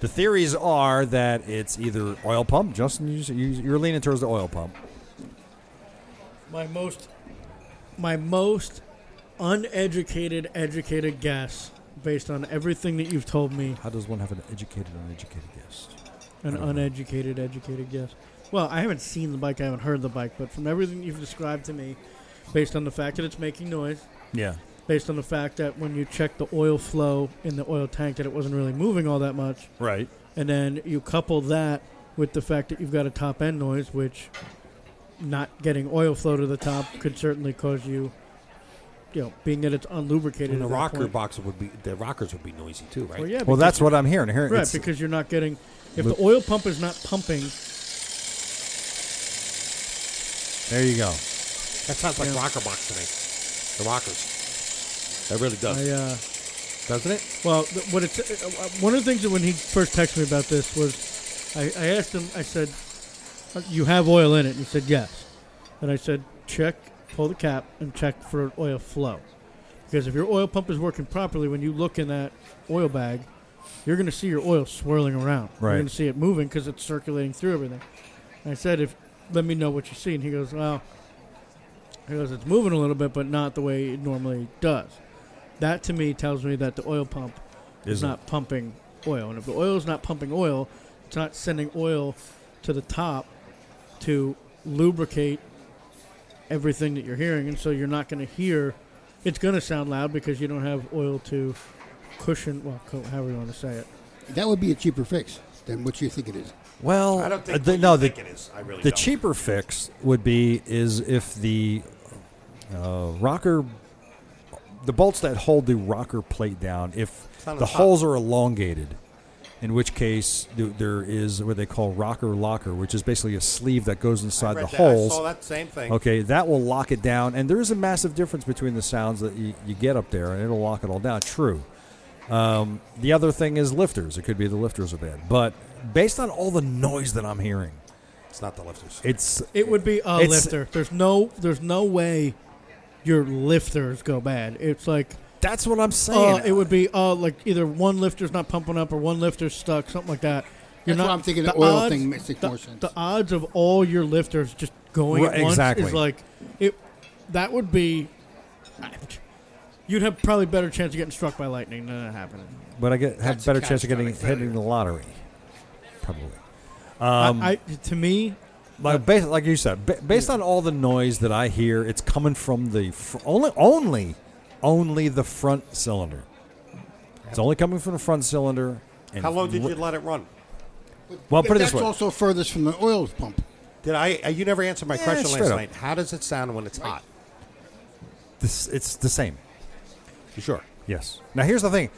[SPEAKER 2] the theories are that it's either oil pump. Justin, you- you- you're leaning towards the oil pump.
[SPEAKER 3] My most my most uneducated educated guess based on everything that you've told me
[SPEAKER 2] How does one have an educated and uneducated guest? I
[SPEAKER 3] an
[SPEAKER 2] don't know.
[SPEAKER 3] uneducated educated guess well i haven't seen the bike i haven't heard the bike but from everything you've described to me based on the fact that it's making noise
[SPEAKER 2] Yeah.
[SPEAKER 3] based on the fact that when you check the oil flow in the oil tank that it wasn't really moving all that much
[SPEAKER 2] Right.
[SPEAKER 3] and then you couple that with the fact that you've got a top end noise which not getting oil flow to the top could certainly cause you you know being that it's unlubricated
[SPEAKER 4] And the
[SPEAKER 3] at that
[SPEAKER 4] rocker
[SPEAKER 3] point.
[SPEAKER 4] box would be the rockers would be noisy too, right?
[SPEAKER 3] well, yeah,
[SPEAKER 2] Well,
[SPEAKER 3] because-
[SPEAKER 2] that's what I'm hearing. Here,
[SPEAKER 3] right
[SPEAKER 2] it's-
[SPEAKER 3] because you're not getting if
[SPEAKER 2] Look-
[SPEAKER 3] the oil pump is not pumping
[SPEAKER 2] there you go.
[SPEAKER 4] That sounds like
[SPEAKER 3] Yeah.
[SPEAKER 4] rocker box to me. The rockers. That really
[SPEAKER 2] Oh,
[SPEAKER 4] does,
[SPEAKER 3] I, uh,
[SPEAKER 4] doesn't it?
[SPEAKER 3] Well, th- what it's uh, uh, one of the things that when he first texted me about this was, I, I asked him. I said, "Uh, "You have oil in it?" And he said, "Yes." And I said, "Check, pull the cap, and check for oil flow, because if your oil pump is working properly, when you look in that oil bag, you're going to see your oil swirling around.
[SPEAKER 2] Right.
[SPEAKER 3] You're going to see it moving because it's circulating through everything." And I said, "If let me know what you see," and he goes, "Well." He goes, it's moving a little bit, but not the way it normally does. That to me tells me that the oil pump is
[SPEAKER 2] Isn't.
[SPEAKER 3] not pumping oil. And if the oil is not pumping oil, it's not sending oil to the top to lubricate everything that you're hearing. And so you're not going to hear, it's going to sound loud because you don't have oil to cushion, well, co- however you want to say it.
[SPEAKER 5] That would be a cheaper fix than what you think it is.
[SPEAKER 2] Well,
[SPEAKER 4] I don't think.
[SPEAKER 2] uh, the,
[SPEAKER 4] what
[SPEAKER 2] no.
[SPEAKER 4] you
[SPEAKER 2] The,
[SPEAKER 4] think it is. I really
[SPEAKER 2] the
[SPEAKER 4] don't.
[SPEAKER 2] cheaper fix would be is if the uh, rocker, the bolts that hold the rocker plate down, if
[SPEAKER 4] not on
[SPEAKER 2] the
[SPEAKER 4] the top.
[SPEAKER 2] holes are elongated, in which case th- there is what they call rocker locker, which is basically a sleeve that goes inside the
[SPEAKER 4] Read that.
[SPEAKER 2] holes.
[SPEAKER 4] I saw that same thing.
[SPEAKER 2] Okay, that will lock it down. And there is a massive difference between the sounds that you, you get up there, and it'll lock it all down. True. Um, the other thing is lifters. It could be the lifters are bad. But based on all the noise that I'm hearing,
[SPEAKER 4] It's not the lifters.
[SPEAKER 2] it's.
[SPEAKER 3] It would be a
[SPEAKER 2] It's-
[SPEAKER 3] lifter. There's no, there's no way your lifters go bad. It's like
[SPEAKER 2] That's what I'm saying.
[SPEAKER 3] Uh, it would be uh, like either one lifter's not pumping up or one lifter's stuck, something like that. You're
[SPEAKER 5] That's
[SPEAKER 3] not,
[SPEAKER 5] why I'm thinking the oil
[SPEAKER 3] odds-
[SPEAKER 5] thing makes it
[SPEAKER 3] the,
[SPEAKER 5] more sense.
[SPEAKER 3] The odds of all your lifters just going
[SPEAKER 2] Right,
[SPEAKER 3] at once
[SPEAKER 2] exactly.
[SPEAKER 3] is like it. That would be. You'd have probably better chance of getting struck by lightning than that happening.
[SPEAKER 2] but I get have
[SPEAKER 5] That's
[SPEAKER 2] better
[SPEAKER 5] a
[SPEAKER 2] chance of getting
[SPEAKER 5] catastrophic failure.
[SPEAKER 2] hitting the lottery. Probably.
[SPEAKER 5] Um,
[SPEAKER 3] I, I, to me,
[SPEAKER 2] Like, based, like you said, ba- based on all the noise that I hear, it's coming from the fr- only, only, only the front cylinder. It's only coming from the front cylinder. And
[SPEAKER 4] How long did you let it run?
[SPEAKER 2] Well, put it
[SPEAKER 5] that's
[SPEAKER 2] this way.
[SPEAKER 5] also furthest from the oil pump.
[SPEAKER 4] Did I? Uh, you never answered my
[SPEAKER 2] Yeah,
[SPEAKER 4] question
[SPEAKER 2] straight
[SPEAKER 4] last
[SPEAKER 2] up.
[SPEAKER 4] night. How does it sound when it's hot?
[SPEAKER 2] This, it's the same.
[SPEAKER 4] You sure?
[SPEAKER 2] Yes. Now here's the thing.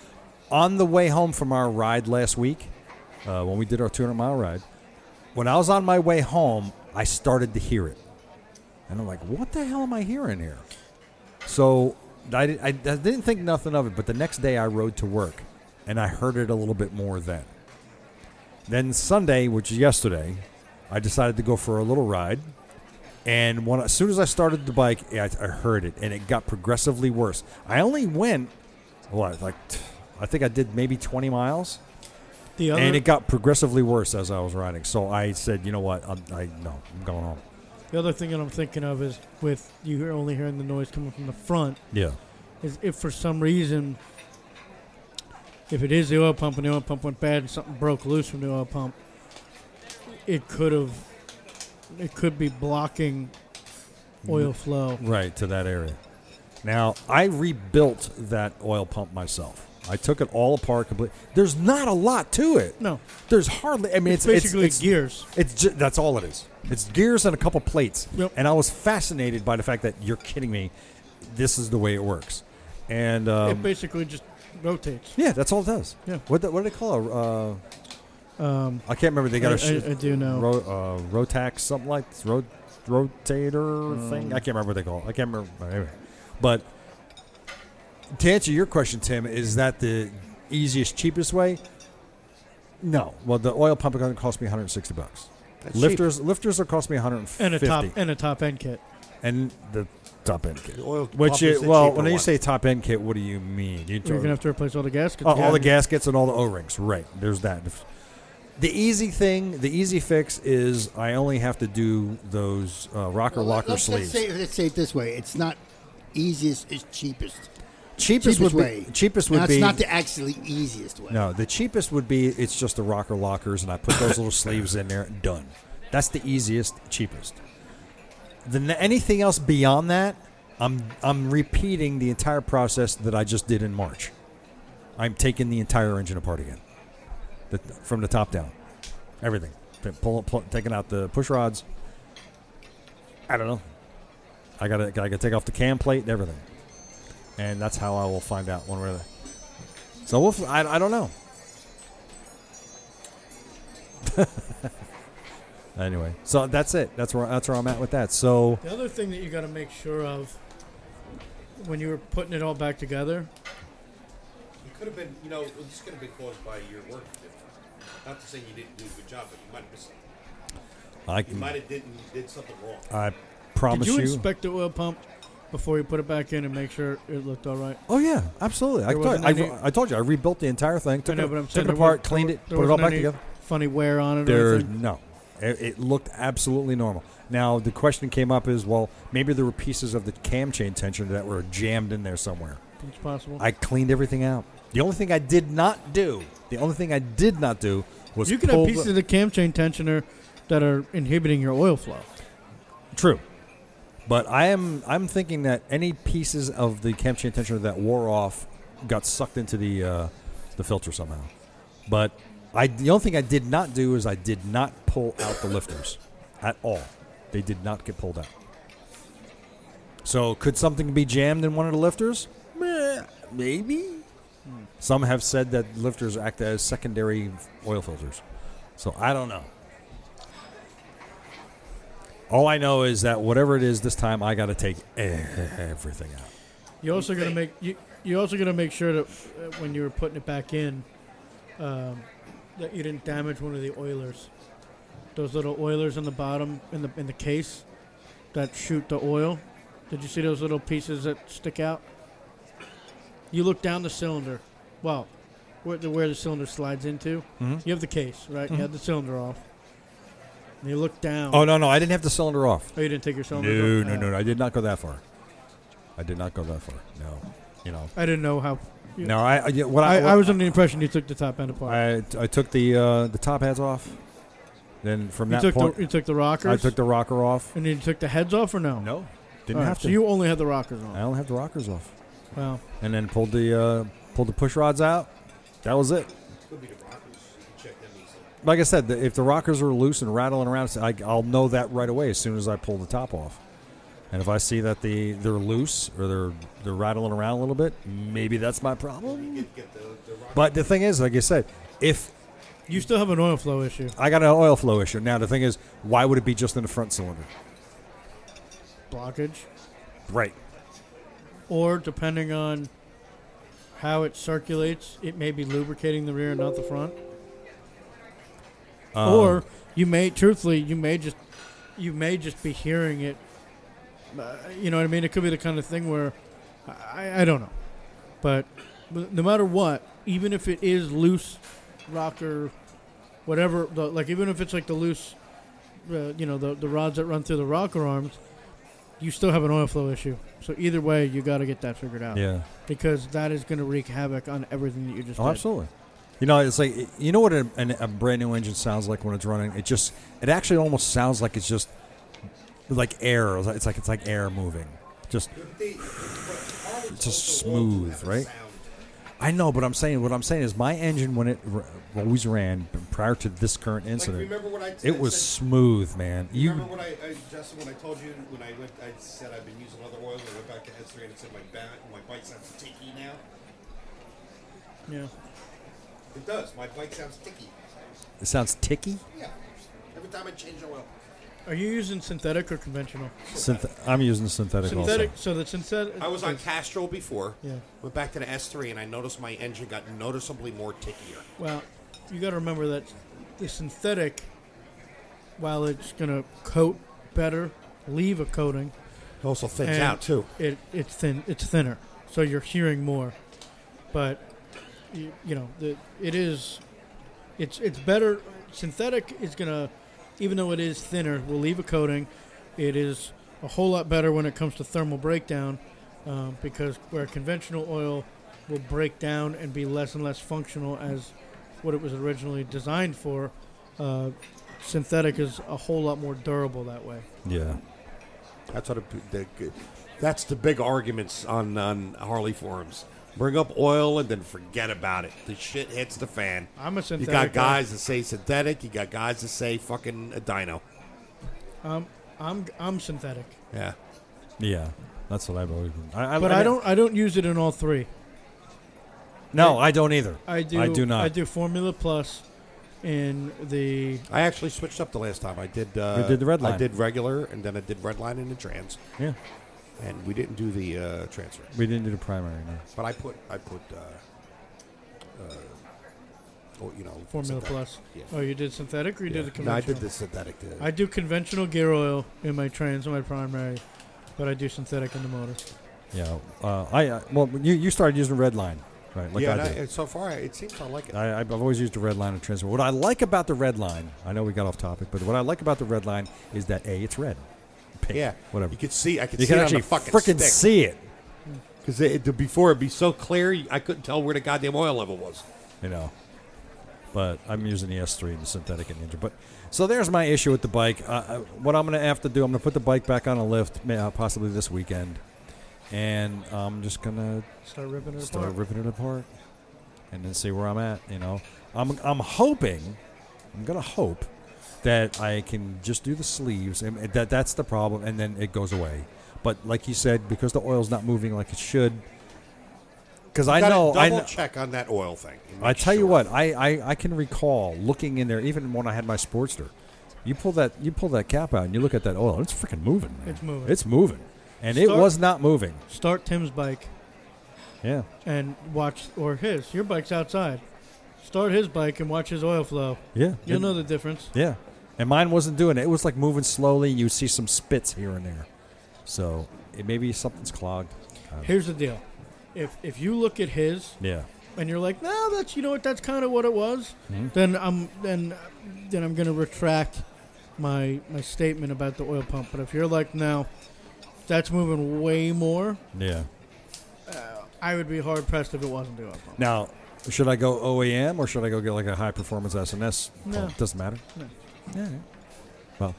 [SPEAKER 2] On the way home from our ride last week, uh, when we did our 200 mile ride, when I was on my way home, I started to hear it, and I'm like, "What the hell am I hearing here?" So I, di- I, I didn't think nothing of it. But the next day, I rode to work, and I heard it a little bit more then. Then Sunday, which is yesterday, I decided to go for a little ride. And when as soon as I started the bike, I, I heard it, and it got progressively worse. I only went what like t- I think I did maybe 20 miles,
[SPEAKER 3] The other,
[SPEAKER 2] and it got progressively worse as I was riding. So I said, you know what? I'm, I no, I'm going home.
[SPEAKER 3] the other thing that I'm thinking of is with you hear- only hearing the noise coming from the front
[SPEAKER 2] Yeah.
[SPEAKER 3] is if for some reason, if it is the oil pump and the oil pump went bad and something broke loose from the oil pump, it could have, it could be blocking
[SPEAKER 2] Mm-hmm.
[SPEAKER 3] oil flow.
[SPEAKER 2] Right to that area. Now I rebuilt that oil pump myself. I took it all apart completely. There's not a lot to it.
[SPEAKER 3] No,
[SPEAKER 2] There's hardly. I mean,
[SPEAKER 3] it's,
[SPEAKER 2] it's,
[SPEAKER 3] basically
[SPEAKER 2] it's, it's,
[SPEAKER 3] gears.
[SPEAKER 2] It's ju- that's all it is. It's gears and a couple plates.
[SPEAKER 3] Yep.
[SPEAKER 2] And I was fascinated by the fact that you're kidding me. This is the way it works. And
[SPEAKER 3] it
[SPEAKER 2] um,
[SPEAKER 3] basically just rotates.
[SPEAKER 2] yeah, that's all it does.
[SPEAKER 3] Yeah.
[SPEAKER 2] What the, what do they call it? Uh,
[SPEAKER 3] Um,
[SPEAKER 2] I can't remember. They got
[SPEAKER 3] I,
[SPEAKER 2] a sh-
[SPEAKER 3] I- I do know.
[SPEAKER 2] ro- uh, Rotax something like this, ro- rotator
[SPEAKER 3] Um,
[SPEAKER 2] thing. I can't remember what they call it. I can't remember. But anyway, but to answer your question, Tim, is that the easiest, cheapest way? No. Well, the oil pump is going to cost me 160 bucks. lifters, lifters will cost me 150.
[SPEAKER 3] and a top and a top end kit.
[SPEAKER 2] and the top end kit.
[SPEAKER 6] The oil
[SPEAKER 2] Which
[SPEAKER 6] pump
[SPEAKER 2] is,
[SPEAKER 6] is the
[SPEAKER 2] well,
[SPEAKER 6] cheaper
[SPEAKER 2] when you
[SPEAKER 6] one.
[SPEAKER 2] say top end kit, what do you mean? You
[SPEAKER 3] You're gonna have to replace all the gaskets.
[SPEAKER 2] Oh, all the
[SPEAKER 3] gaskets.
[SPEAKER 2] gaskets and all the O-rings. Right. There's that. The easy thing, the easy fix is I only have to do those uh, rocker
[SPEAKER 5] Well, let-
[SPEAKER 2] locker
[SPEAKER 5] let's,
[SPEAKER 2] sleeves.
[SPEAKER 5] Let's say, let's say it this way: it's not easiest; it's cheapest.
[SPEAKER 2] cheapest,
[SPEAKER 5] Cheapest
[SPEAKER 2] would
[SPEAKER 5] way.
[SPEAKER 2] be cheapest would
[SPEAKER 5] That's
[SPEAKER 2] be
[SPEAKER 5] not the actually easiest way.
[SPEAKER 2] no. The cheapest would be it's just the rocker lockers, and I put those little sleeves in there. Done. That's the easiest, cheapest. Then anything else beyond that, I'm I'm repeating the entire process that I just did in March. I'm taking the entire engine apart again, the, from the top down, everything. P- Pull, pull, taking out the push rods. I don't know. I gotta I gotta take off the cam plate and everything, and that's how I will find out one way or the other. So we'll, f- I, I don't know. anyway, so that's it. That's where that's where I'm at with that. So
[SPEAKER 3] The other thing that you got to make sure of when you were putting it all back together,
[SPEAKER 4] You could have been, you know, this could have been caused by your work. Not to say you didn't do a good job, but you might have missed.
[SPEAKER 2] I
[SPEAKER 4] You
[SPEAKER 2] can,
[SPEAKER 4] might have didn't did something wrong.
[SPEAKER 2] I
[SPEAKER 3] did
[SPEAKER 2] promise
[SPEAKER 3] you
[SPEAKER 2] you.
[SPEAKER 3] inspect the oil pump before you put it back in and make sure it looked all right?
[SPEAKER 2] oh yeah, absolutely. I,
[SPEAKER 3] There
[SPEAKER 2] told,
[SPEAKER 3] wasn't
[SPEAKER 2] I,
[SPEAKER 3] any-
[SPEAKER 2] I told you I rebuilt the entire thing. Took
[SPEAKER 3] I know,
[SPEAKER 2] it,
[SPEAKER 3] but I'm
[SPEAKER 2] took it
[SPEAKER 3] saying there
[SPEAKER 2] apart,
[SPEAKER 3] was-
[SPEAKER 2] cleaned
[SPEAKER 3] there
[SPEAKER 2] it,
[SPEAKER 3] wa-
[SPEAKER 2] put it
[SPEAKER 3] there
[SPEAKER 2] all
[SPEAKER 3] wasn't
[SPEAKER 2] back
[SPEAKER 3] any
[SPEAKER 2] together.
[SPEAKER 3] Funny wear on it. or
[SPEAKER 2] There,
[SPEAKER 3] anything.
[SPEAKER 2] no, it, it looked absolutely normal. Now the question came up is, well, maybe there were pieces of the cam chain tensioner that were jammed in there somewhere.
[SPEAKER 3] It's possible.
[SPEAKER 2] I cleaned everything out. The only thing I did not do, the only thing I did not do was
[SPEAKER 3] you can
[SPEAKER 2] pull
[SPEAKER 3] have
[SPEAKER 2] the-
[SPEAKER 3] pieces of the cam chain tensioner that are inhibiting your oil flow.
[SPEAKER 2] True. But I am I'm thinking that any pieces of the cam chain tensioner that wore off got sucked into the uh, the filter somehow. But I the only thing I did not do is I did not pull out the lifters at all. They did not get pulled out. So could something be jammed in one of the lifters? Meh, Maybe. Some have said that lifters act as secondary oil filters. So I don't know. All I know is that whatever it is this time, I got to take everything out.
[SPEAKER 3] You also got to make you. You also got to make sure that uh, when you were putting it back in, um, that you didn't damage one of the oilers. Those little oilers on the bottom in the in the case that shoot the oil. Did you see those little pieces that stick out? You look down the cylinder. Well, where the, where the cylinder slides into.
[SPEAKER 2] Mhm.
[SPEAKER 3] You have the case, right? You had the cylinder off. And you look down.
[SPEAKER 2] Oh no, no, I didn't have the cylinder off.
[SPEAKER 3] Oh, you didn't take your
[SPEAKER 2] No,
[SPEAKER 3] cylinder
[SPEAKER 2] no,
[SPEAKER 3] off?
[SPEAKER 2] no,
[SPEAKER 3] Uh,
[SPEAKER 2] no, I did not go that far. I did not go that far. No, you know,
[SPEAKER 3] I didn't know how. You-
[SPEAKER 2] no. I, I yeah, what I,
[SPEAKER 3] I,
[SPEAKER 2] what-
[SPEAKER 3] I was under the impression you took the top end apart.
[SPEAKER 2] I, I took the uh, the top hats off. Then from
[SPEAKER 3] You
[SPEAKER 2] that
[SPEAKER 3] took,
[SPEAKER 2] point,
[SPEAKER 3] the, you took the rockers?
[SPEAKER 2] I took the rocker off.
[SPEAKER 3] and then you took the heads off or no?
[SPEAKER 2] No,
[SPEAKER 3] All
[SPEAKER 2] didn't
[SPEAKER 3] right,
[SPEAKER 2] have to.
[SPEAKER 3] So you only had the rockers on.
[SPEAKER 2] I only have the rockers off,
[SPEAKER 3] Wow.
[SPEAKER 2] and then pulled the uh, pulled the push rods out. That was it.
[SPEAKER 4] could be the Rockers. You can check them easily.
[SPEAKER 2] Like I said, the, if the rockers are loose and rattling around, I, I'll know that right away as soon as I pull the top off. And if I see that the they're loose or they're they're rattling around a little bit, maybe that's my problem. But the thing is, like I said, if
[SPEAKER 3] You still have an oil flow issue.
[SPEAKER 2] I got an oil flow issue now, the thing is, why would it be just in the front cylinder?
[SPEAKER 3] Blockage.
[SPEAKER 2] Right.
[SPEAKER 3] Or depending on how it circulates, it may be lubricating the rear and not the front.
[SPEAKER 2] Um,
[SPEAKER 3] or you may, truthfully, you may just, you may just be hearing it. Uh, you know what I mean? It could be the kind of thing where, I, I don't know, but no matter what, even if it is loose rocker, whatever, the, like even if it's like the loose, uh, you know, the, the rods that run through the rocker arms, you still have an oil flow issue. So either way, you got to get that figured out.
[SPEAKER 2] Yeah.
[SPEAKER 3] Because that is going to wreak havoc on everything that you just
[SPEAKER 2] Oh,
[SPEAKER 3] did.
[SPEAKER 2] absolutely. You know, it's like you know what a, an, a brand new engine sounds like when it's running. It just it actually almost sounds like it's just like air. It's like it's like air moving. Just it's just smooth, right? I know, but I'm saying what I'm saying is my engine when it r- always ran prior to this current incident,
[SPEAKER 4] remember what I said-
[SPEAKER 2] it was smooth, man. You
[SPEAKER 4] Remember when I, I Justin, when I told you when I went, I said I've been using other oils. I went back to S3 and it said my ba- my bike sounds ticky now.
[SPEAKER 3] Yeah.
[SPEAKER 4] It does. My bike sounds ticky.
[SPEAKER 2] it sounds ticky.
[SPEAKER 4] Yeah. Every time I change oil.
[SPEAKER 3] Are you using synthetic or conventional?
[SPEAKER 2] Synth- I'm using synthetic.
[SPEAKER 3] Synthetic.
[SPEAKER 2] Also.
[SPEAKER 3] So the synthetic.
[SPEAKER 4] I was on Castrol before.
[SPEAKER 3] Yeah.
[SPEAKER 4] Went back to the S3 and I noticed my engine got noticeably more tickier.
[SPEAKER 3] Well, you got to remember that the synthetic, while it's going to coat better, leave a coating.
[SPEAKER 4] It also thins
[SPEAKER 3] and
[SPEAKER 4] out too.
[SPEAKER 3] It it's thin. It's thinner, so you're hearing more. But you, you know, the, it is. It's it's better. Synthetic is gonna, even though it is thinner, will leave a coating. It is a whole lot better when it comes to thermal breakdown, um, because where conventional oil will break down and be less and less functional as what it was originally designed for. Uh, synthetic is a whole lot more durable that way.
[SPEAKER 2] Yeah.
[SPEAKER 4] That's what it, the, that's the big arguments on on Harley forums. Bring up oil and then forget about it. The shit hits the fan.
[SPEAKER 3] I'm a
[SPEAKER 4] You
[SPEAKER 3] synthetic.
[SPEAKER 4] got
[SPEAKER 3] guy.
[SPEAKER 4] guys that say synthetic. You got guys that say fucking a dyno.
[SPEAKER 3] I'm I'm synthetic,
[SPEAKER 4] Yeah.
[SPEAKER 2] Yeah. That's what I've always been. I, I,
[SPEAKER 3] but I don't I don't use it in all three.
[SPEAKER 2] No, I don't either.
[SPEAKER 3] I do.
[SPEAKER 2] I do not.
[SPEAKER 3] I do Formula Plus, in the
[SPEAKER 4] I actually switched up the last time. I did. Uh,
[SPEAKER 2] You did the red
[SPEAKER 4] I
[SPEAKER 2] line.
[SPEAKER 4] did regular, and then I did red line and the trans,
[SPEAKER 2] Yeah.
[SPEAKER 4] and we didn't do the uh, transfer.
[SPEAKER 2] We didn't do the primary. No.
[SPEAKER 4] But I put. I put. Uh, uh, oh, you know,
[SPEAKER 3] Formula
[SPEAKER 4] synthetic.
[SPEAKER 3] Plus.
[SPEAKER 4] Yeah.
[SPEAKER 3] Oh, you did synthetic or you
[SPEAKER 4] Yeah.
[SPEAKER 3] did the
[SPEAKER 4] No, I
[SPEAKER 3] conventional?
[SPEAKER 4] did the synthetic. uh, The,
[SPEAKER 3] I do conventional gear oil in my trans and my primary, but I do synthetic in the motor.
[SPEAKER 2] Yeah. Uh, I uh, well, you, you started using red line, right? Like
[SPEAKER 4] yeah, and I,
[SPEAKER 2] I did.
[SPEAKER 4] and so far it seems I like it.
[SPEAKER 2] I, I've always used the red line and transfer. What I like about the red line, I know we got off topic, but what I like about the red line is that a it's red, pink,
[SPEAKER 4] yeah,
[SPEAKER 2] whatever.
[SPEAKER 4] You could see. I could
[SPEAKER 2] You
[SPEAKER 4] see
[SPEAKER 2] can
[SPEAKER 4] it on
[SPEAKER 2] actually
[SPEAKER 4] the fucking
[SPEAKER 2] freaking
[SPEAKER 4] stick.
[SPEAKER 2] see it.
[SPEAKER 4] Because it, it- before it'd be so clear, I couldn't tell where the goddamn oil level was.
[SPEAKER 2] you know. But I'm using the S3 and the synthetic and ninja. But so there's my issue with the bike. Uh, I- what I'm going to have to do, I'm going to put the bike back on a lift, may- uh, possibly this weekend, and I'm just going to
[SPEAKER 3] Start ripping it
[SPEAKER 2] start
[SPEAKER 3] apart.
[SPEAKER 2] ripping it apart and then see where I'm at, you know. I'm I'm hoping I'm going to hope that I can just do the sleeves and and that that's the problem and then it goes away. But like you said because the oil's not moving like it should cuz I
[SPEAKER 4] Gotta
[SPEAKER 2] know I
[SPEAKER 4] double
[SPEAKER 2] kn-
[SPEAKER 4] check on that oil thing. and
[SPEAKER 2] I
[SPEAKER 4] make
[SPEAKER 2] tell you
[SPEAKER 4] sure.
[SPEAKER 2] what, I, I, I can recall looking in there even when I had my Sportster. You pull that you pull that cap out and you look at that oil, and it's freaking moving. Man.
[SPEAKER 3] It's moving.
[SPEAKER 2] It's moving, and it
[SPEAKER 3] Start-
[SPEAKER 2] was not moving.
[SPEAKER 3] Start Tim's bike
[SPEAKER 2] Yeah,
[SPEAKER 3] and watch, or his. Your bike's outside. Start his bike and watch his oil flow.
[SPEAKER 2] yeah.
[SPEAKER 3] You'll
[SPEAKER 2] It-
[SPEAKER 3] know the difference.
[SPEAKER 2] Yeah, and mine wasn't doing it. It was like moving slowly. You see some spits here and there, so it maybe something's clogged. I don't-
[SPEAKER 3] Here's the deal. If if you look at his
[SPEAKER 2] Yeah,
[SPEAKER 3] and you're like, no, that's you know what, that's kind of what it was.
[SPEAKER 2] Mm-hmm.
[SPEAKER 3] Then I'm then then I'm gonna retract my my statement about the oil pump. But if you're like, no, that's moving way more,
[SPEAKER 2] yeah.
[SPEAKER 3] I would be hard pressed if it wasn't the oil pump.
[SPEAKER 2] Now, should I go OEM or should I go get like a high performance SNS?
[SPEAKER 3] No.
[SPEAKER 2] Well, doesn't matter. Yeah. yeah. Well,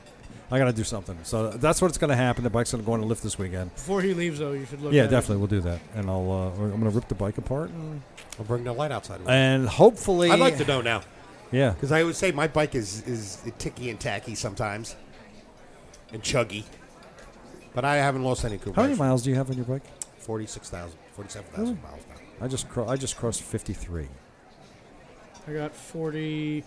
[SPEAKER 2] I got to do something. So that's what's going to happen. The bike's going to go on a lift this weekend.
[SPEAKER 3] Before he leaves, though, you should look.
[SPEAKER 2] Yeah,
[SPEAKER 3] at it.
[SPEAKER 2] definitely. We'll do that. And I'll, uh, I'm going to rip the bike apart. And,
[SPEAKER 4] I'll bring the light outside.
[SPEAKER 2] and hopefully.
[SPEAKER 4] I'd like to know now
[SPEAKER 2] Yeah.
[SPEAKER 4] because I would say my bike is is ticky and tacky sometimes, and chuggy. But I haven't lost any
[SPEAKER 2] How many
[SPEAKER 4] cooperation.
[SPEAKER 2] miles do you have on your bike?
[SPEAKER 4] Forty-six thousand, forty-seven thousand miles now.
[SPEAKER 2] I just cro- I just crossed 53.
[SPEAKER 3] I got 40.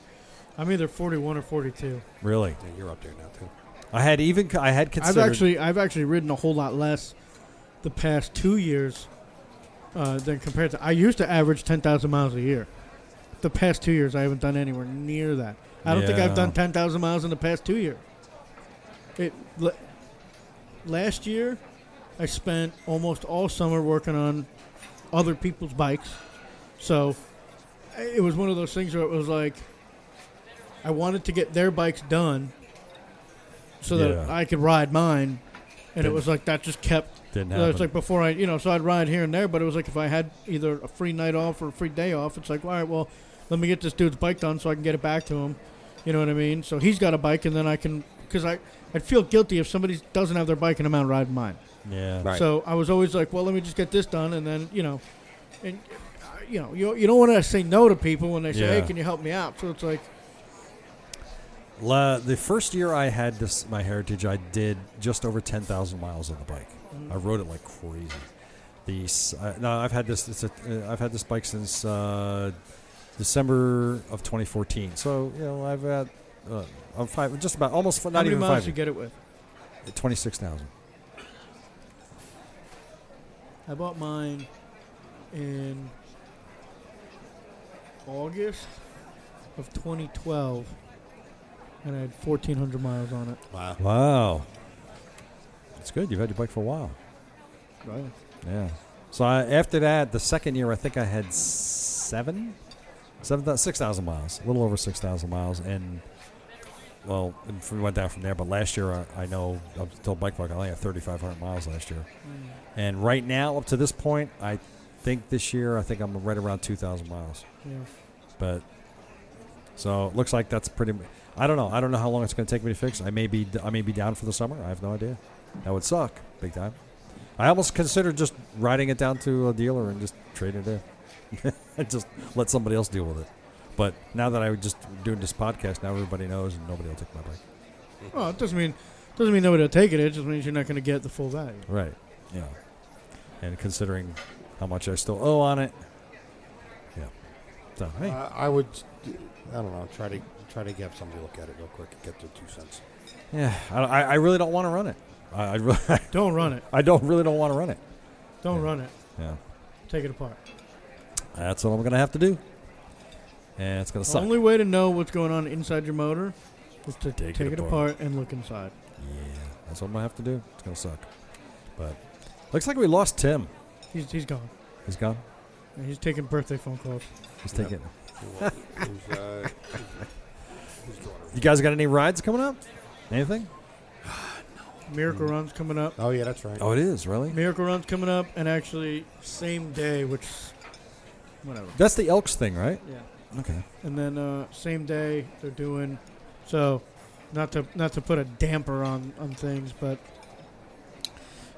[SPEAKER 3] I'm either 41 or 42.
[SPEAKER 2] Really?
[SPEAKER 4] Yeah, you're up there now too.
[SPEAKER 2] I had even co- I had considered.
[SPEAKER 3] I've actually I've actually ridden a whole lot less the past two years uh, than compared to. I used to average ten thousand miles a year. The past two years, I haven't done anywhere near that. I don't think
[SPEAKER 2] Yeah.
[SPEAKER 3] I've done ten thousand miles in the past two years. It l- last year, I spent almost all summer working on other people's bikes, so it was one of those things where it was like I wanted to get their bikes done so that
[SPEAKER 2] Yeah.
[SPEAKER 3] I could ride mine, and it was like that just kept.
[SPEAKER 2] Didn't
[SPEAKER 3] It was
[SPEAKER 2] happen.
[SPEAKER 3] like before I, you know, so I'd ride here and there, but it was like if I had either a free night off or a free day off, it's like, all right, well, let me get this dude's bike done so I can get it back to him. You know what I mean? So he's got a bike, and then I can, because I, I'd feel guilty if somebody doesn't have their bike and I'm out riding mine.
[SPEAKER 2] Yeah.
[SPEAKER 4] Right.
[SPEAKER 3] So I was always like, well, let me just get this done, and then you know, and uh, you know, you, you don't want to say no to people when they say,
[SPEAKER 2] Yeah.
[SPEAKER 3] hey, can you help me out? So it's like,
[SPEAKER 2] La, the first year I had this, my heritage, I did just over ten thousand miles on the bike.
[SPEAKER 3] Mm.
[SPEAKER 2] I rode it like crazy. The s- uh, no, I've had this. It's a, uh, I've had this bike since uh, December of 2014. So you know, I've had uh, I'm five, just about almost fi-
[SPEAKER 3] how
[SPEAKER 2] not
[SPEAKER 3] many
[SPEAKER 2] even
[SPEAKER 3] miles
[SPEAKER 2] five.
[SPEAKER 3] you get it with?
[SPEAKER 2] Twenty six thousand.
[SPEAKER 3] I bought mine in August of 2012, and I had 1,400 miles on it.
[SPEAKER 4] Wow.
[SPEAKER 2] Wow, that's good. You've had your bike for a while.
[SPEAKER 3] Right.
[SPEAKER 2] Yeah. So I, after that, the second year, I think I had seven, seven thou- 6,000 miles, a little over 6,000 miles. And, well, and f- we went down from there. But last year, I, I know, up until Bike Walk, I only had 3,500 miles last year. And right now, up to this point, I think this year, I think I'm right around 2,000 miles.
[SPEAKER 3] Yeah.
[SPEAKER 2] But, so it looks like that's pretty, m- I don't know. I don't know how long it's going to take me to fix. I may be, d- I may be down for the summer. I have no idea. That would suck big time. I almost considered just riding it down to a dealer and just trade it in. and just let somebody else deal with it. But now that I was just doing this podcast, now everybody knows and nobody will take my bike.
[SPEAKER 3] Well, it doesn't mean doesn't mean nobody'll take it. It just means you're not going to get the full value.
[SPEAKER 2] Right. Yeah. And considering how much I still owe on it. Yeah. So, hey.
[SPEAKER 4] Uh, I would. I don't know. Try to try to get somebody to look at it real quick and get their two cents.
[SPEAKER 2] yeah. I, I I really don't want to run it. I, I, really,
[SPEAKER 3] Don't run it.
[SPEAKER 2] I don't really don't want to run it.
[SPEAKER 3] Don't run it.
[SPEAKER 2] Yeah.
[SPEAKER 3] Take it apart.
[SPEAKER 2] That's what I'm going to have to do. And it's going to
[SPEAKER 3] The
[SPEAKER 2] suck.
[SPEAKER 3] only way to know what's going on inside your motor is to
[SPEAKER 2] Take
[SPEAKER 3] take,
[SPEAKER 2] it
[SPEAKER 3] it,
[SPEAKER 2] apart.
[SPEAKER 3] apart. and look inside.
[SPEAKER 2] yeah. That's what I'm going to have to do. It's going to suck. But looks like we lost Tim.
[SPEAKER 3] He's, he's gone.
[SPEAKER 2] He's gone.
[SPEAKER 3] And He's taking birthday phone calls.
[SPEAKER 2] He's
[SPEAKER 4] Yep.
[SPEAKER 2] taking.
[SPEAKER 4] Who, uh, who's, uh, who's daughter?
[SPEAKER 2] You guys got any rides coming up? Anything? Mm.
[SPEAKER 3] Miracle Run's coming up.
[SPEAKER 4] Oh yeah, that's right.
[SPEAKER 2] it is really.
[SPEAKER 3] Miracle Run's coming up, and actually same day, which whatever.
[SPEAKER 2] That's the Elks thing, right?
[SPEAKER 3] Yeah.
[SPEAKER 2] Okay.
[SPEAKER 3] And then uh, same day they're doing so. Not to not to put a damper on on things, but